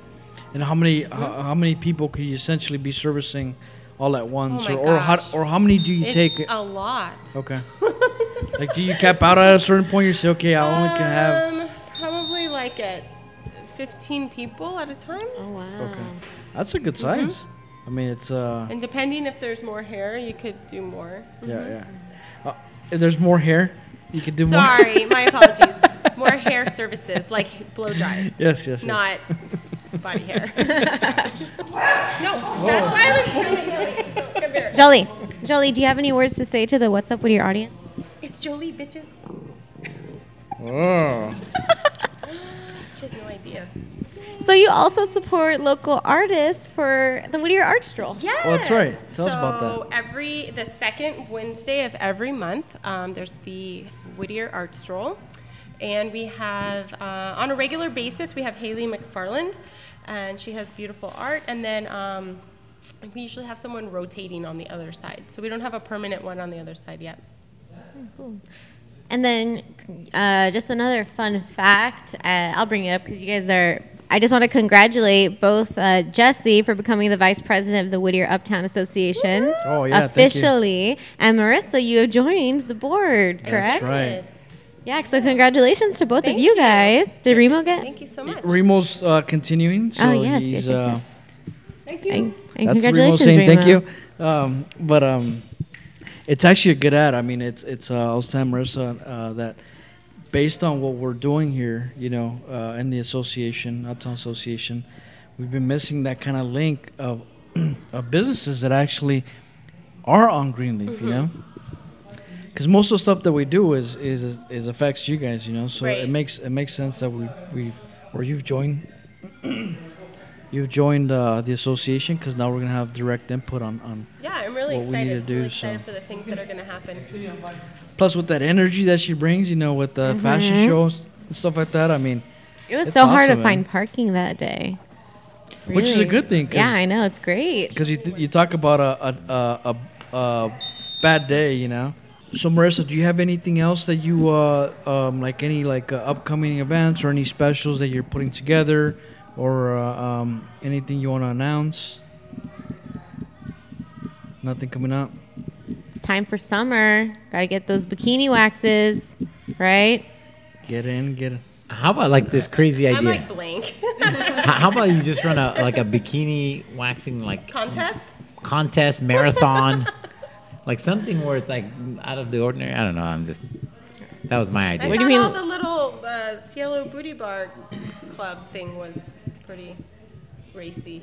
Speaker 1: And how many h-
Speaker 6: Mm-hmm.
Speaker 1: how, many people could you essentially be servicing all at once,
Speaker 6: Oh my
Speaker 1: or or how,
Speaker 6: gosh.
Speaker 1: or how many do you
Speaker 6: It's
Speaker 1: take?
Speaker 6: a lot.
Speaker 1: okay. like, do you cap out at a certain point? You say, okay, I only can have.
Speaker 6: Um, probably like at 15 people at a time.
Speaker 8: oh, wow.
Speaker 1: That's a good size. I
Speaker 6: mm-hmm.
Speaker 1: mean, it's uh,
Speaker 6: And depending if there's more hair, you could do more.
Speaker 1: yeah, yeah. Uh, if there's more hair, you could do more.
Speaker 6: Sorry, my apologies. More hair services, like blow dries,
Speaker 1: Yes, yes, yes.
Speaker 6: not body hair. Sorry. no, that's why I was coming. Come here.
Speaker 8: Jolie, Jolie, do you have any words to say to the What's Up With Your audience?
Speaker 6: It's Jolie, bitches.
Speaker 1: Oh.
Speaker 6: She has no idea.
Speaker 8: So you also support local artists for the Whittier Art Stroll.
Speaker 6: Yes.
Speaker 1: Well, that's right. Tell us about that.
Speaker 6: So every the second Wednesday of every month, um, there's the Whittier Art Stroll, and we have uh, on a regular basis we have Haley McFarland, and she has beautiful art, and then. Um, we usually have someone rotating on the other side, so we don't have a permanent one on the other side yet.
Speaker 8: And then, uh, just another fun fact. Uh, I'll bring it up because you guys are. I just want to congratulate both uh, Jesse for becoming the vice president of the Whittier Uptown Association
Speaker 1: Oh, yeah, thank you.
Speaker 8: officially, and Marissa, you have joined the board, correct?
Speaker 1: That's right.
Speaker 8: Yeah. So congratulations to both
Speaker 6: Thank
Speaker 8: of you
Speaker 6: you.
Speaker 8: guys. Did Remo get?
Speaker 6: Thank you so much.
Speaker 1: Remo's uh, continuing, so
Speaker 8: oh yes, yes,
Speaker 1: he's
Speaker 8: yes,
Speaker 1: uh,
Speaker 8: yes.
Speaker 6: Thank
Speaker 8: And, and
Speaker 1: That's
Speaker 8: congratulations,
Speaker 1: Remo saying
Speaker 8: Remo.
Speaker 1: thank you. Um, but um, it's actually a good ad. I mean, it's it's uh, I was telling Marissa uh, that based on what we're doing here, you know, uh, in the association, Uptown Association, we've been missing that kind of link of, of businesses that actually are on Greenleaf,
Speaker 8: Mm-hmm.
Speaker 1: you know. Because most of the stuff that we do is is is affects you guys, you know. So
Speaker 6: Right.
Speaker 1: it makes it makes sense that we we or you've joined you've joined uh, the association because now we're gonna have direct input on, on
Speaker 6: Yeah, I'm really
Speaker 1: what we need
Speaker 6: excited.
Speaker 1: to do,
Speaker 6: really excited
Speaker 1: so-
Speaker 6: for the things that are going to happen.
Speaker 1: plus with that energy that she brings you know with the fashion
Speaker 8: Mm-hmm.
Speaker 1: shows and stuff like that i mean
Speaker 8: It was
Speaker 1: It's
Speaker 8: so hard to
Speaker 1: awesome, man.
Speaker 8: find parking that day.
Speaker 1: Which is a
Speaker 8: Really.
Speaker 1: good thing, 'cause-
Speaker 8: Yeah, I know it's great.
Speaker 1: because you, th- you talk about a, a, a, a, a bad day you know so marissa do you have anything else that you uh, um, like any like uh, upcoming events or any specials that you're putting together or uh, um, anything you want to announce nothing coming up
Speaker 8: It's time for summer. Got to get those bikini waxes, right?
Speaker 1: get in get in
Speaker 7: How about like this crazy
Speaker 6: I'm
Speaker 7: idea?
Speaker 6: like blank.
Speaker 7: H- How about you just run a like a bikini waxing like
Speaker 6: Contest?
Speaker 7: contest marathon, like something where it's like out of the ordinary? I don't know. I'm just that was my
Speaker 6: I
Speaker 7: idea.
Speaker 8: What
Speaker 6: thought
Speaker 8: do you
Speaker 6: all
Speaker 8: mean-
Speaker 6: the little uh, Cielo Booty Bar Club thing was pretty racy.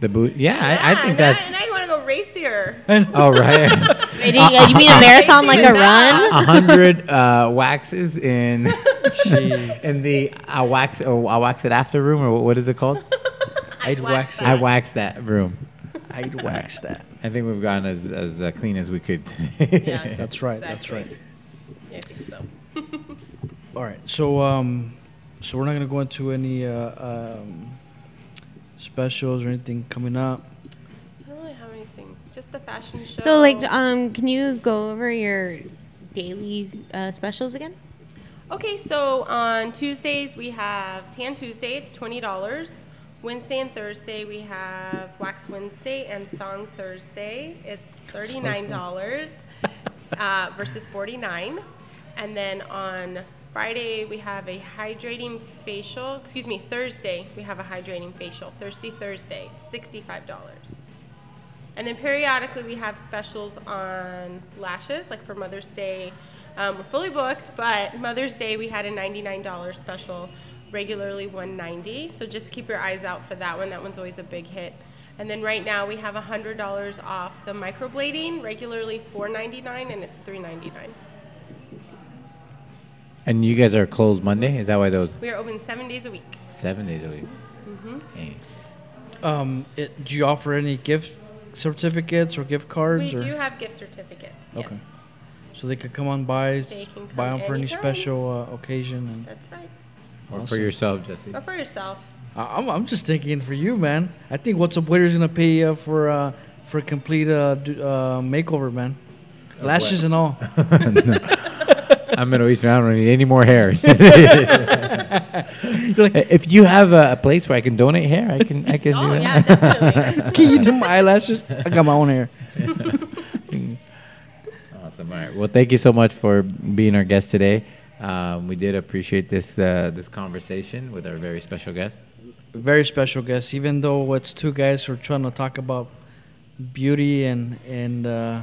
Speaker 7: The boot? Yeah, I, I think
Speaker 6: now,
Speaker 7: that's.
Speaker 6: now you want to go racier.
Speaker 7: Oh right,
Speaker 8: Wait, do you, you mean a marathon like a
Speaker 6: Basically,
Speaker 8: run?
Speaker 7: a hundred uh, waxes in
Speaker 1: Jeez.
Speaker 7: in the I wax or I wax it after room or what is it called?
Speaker 1: i'd wax
Speaker 7: I
Speaker 1: it
Speaker 7: wax that room.
Speaker 1: i'd wax that
Speaker 7: I think we've gotten as as uh, clean as we could. today.
Speaker 6: Yeah.
Speaker 1: that's right that's
Speaker 6: Exactly.
Speaker 1: right
Speaker 6: Yeah, I think so.
Speaker 1: All right, so um, so we're not gonna go into any uh, um, specials or anything coming up.
Speaker 6: I don't really have anything. Just the fashion show.
Speaker 8: So, like, um, can you go over your daily uh, specials again?
Speaker 6: Okay, so on Tuesdays we have Tan Tuesday, it's twenty dollars. Wednesday and Thursday we have Wax Wednesday and Thong Thursday, it's thirty-nine dollars uh, versus forty-nine. And then on Friday we have a hydrating facial. Excuse me, Thursday we have a hydrating facial. Thirsty Thursday, sixty-five dollars. And then periodically we have specials on lashes, like for Mother's Day. Um, we're fully booked, but Mother's Day we had a $99 special, regularly 190 So just keep your eyes out for that one. That one's always a big hit. And then right now we have $100 off the microblading, regularly 499 and it's 399
Speaker 7: And you guys are closed Monday. Is that why those
Speaker 6: We are open seven days a week.
Speaker 7: seven days a week?
Speaker 6: Mm-hmm.
Speaker 7: Hey.
Speaker 1: Um, it, do you offer any gift certificates or gift cards,
Speaker 6: We
Speaker 1: or
Speaker 6: do have gift certificates.
Speaker 1: Okay.
Speaker 6: Yes,
Speaker 1: so they could come on by, s-
Speaker 6: They can come
Speaker 1: buy them for any
Speaker 6: anytime.
Speaker 1: special uh, occasion?
Speaker 6: that's right.
Speaker 7: Or for
Speaker 1: Awesome.
Speaker 7: yourself, Jesse.
Speaker 6: Or for yourself.
Speaker 1: And I, I'm, I'm just thinking for you, man. I think what's up waiter is gonna pay you for uh, for a complete uh, d- uh, makeover, man. Lashes and all.
Speaker 7: I'm Middle Eastern. I don't need any more hair. if you have a, a place where I can donate hair, I can. I can.
Speaker 6: Oh
Speaker 7: do that.
Speaker 6: yeah, definitely.
Speaker 1: Can you do my eyelashes? I got my own hair.
Speaker 7: Awesome. All right. Well, thank you so much for being our guest today. Um, we did appreciate this uh, this conversation with our very special guest.
Speaker 1: very special guest, even though it's two guys who are trying to talk about beauty and and, uh,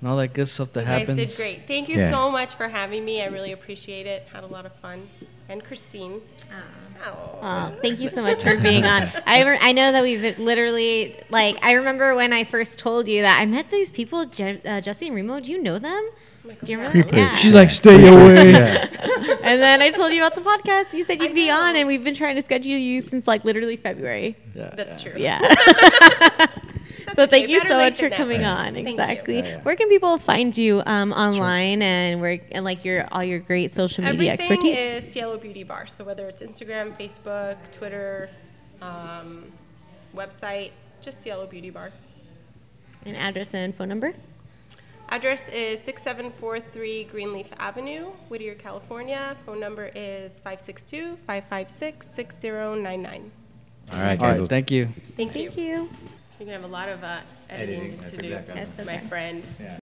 Speaker 1: and all that good stuff that
Speaker 6: You guys
Speaker 1: happens.
Speaker 6: did great. Thank you
Speaker 7: Yeah.
Speaker 6: so much for having me. I really appreciate it. Had a lot of fun. And Christine. Oh.
Speaker 8: Aw, thank you so much for being on. I re- I know that we've literally like I remember when I first told you that I met these people, Je- uh, Jesse and Remo. Do you know them? Do you remember? Them? Yeah.
Speaker 1: She's like, stay away.
Speaker 8: And then I told you about the podcast. You said you'd be
Speaker 6: know.
Speaker 8: on, and we've been trying to schedule you since like literally February.
Speaker 6: That's true.
Speaker 8: Yeah.
Speaker 6: That's
Speaker 8: so thank
Speaker 6: okay.
Speaker 8: you
Speaker 6: Better
Speaker 8: so
Speaker 6: late
Speaker 8: much for
Speaker 6: than never.
Speaker 8: coming on.
Speaker 6: Thank you.
Speaker 8: Exactly. Where can people find you um, online and where and like your all your great social media
Speaker 6: Everything
Speaker 8: expertise?
Speaker 6: is Cielo Beauty Bar. So whether it's Instagram, Facebook, Twitter, um, website, just Cielo Beauty Bar.
Speaker 8: An address and phone number.
Speaker 6: Address is 6743 Greenleaf Avenue, Whittier, California. Phone number is 562 556 6099.
Speaker 7: All right,
Speaker 1: All
Speaker 7: guys.
Speaker 1: right, thank you.
Speaker 6: Thank you.
Speaker 8: Thank you.
Speaker 6: You're going to have a lot of uh, editing,
Speaker 7: Editing,
Speaker 6: to
Speaker 7: that's
Speaker 6: do,
Speaker 7: exactly what I'm
Speaker 6: my friend.
Speaker 7: Yeah.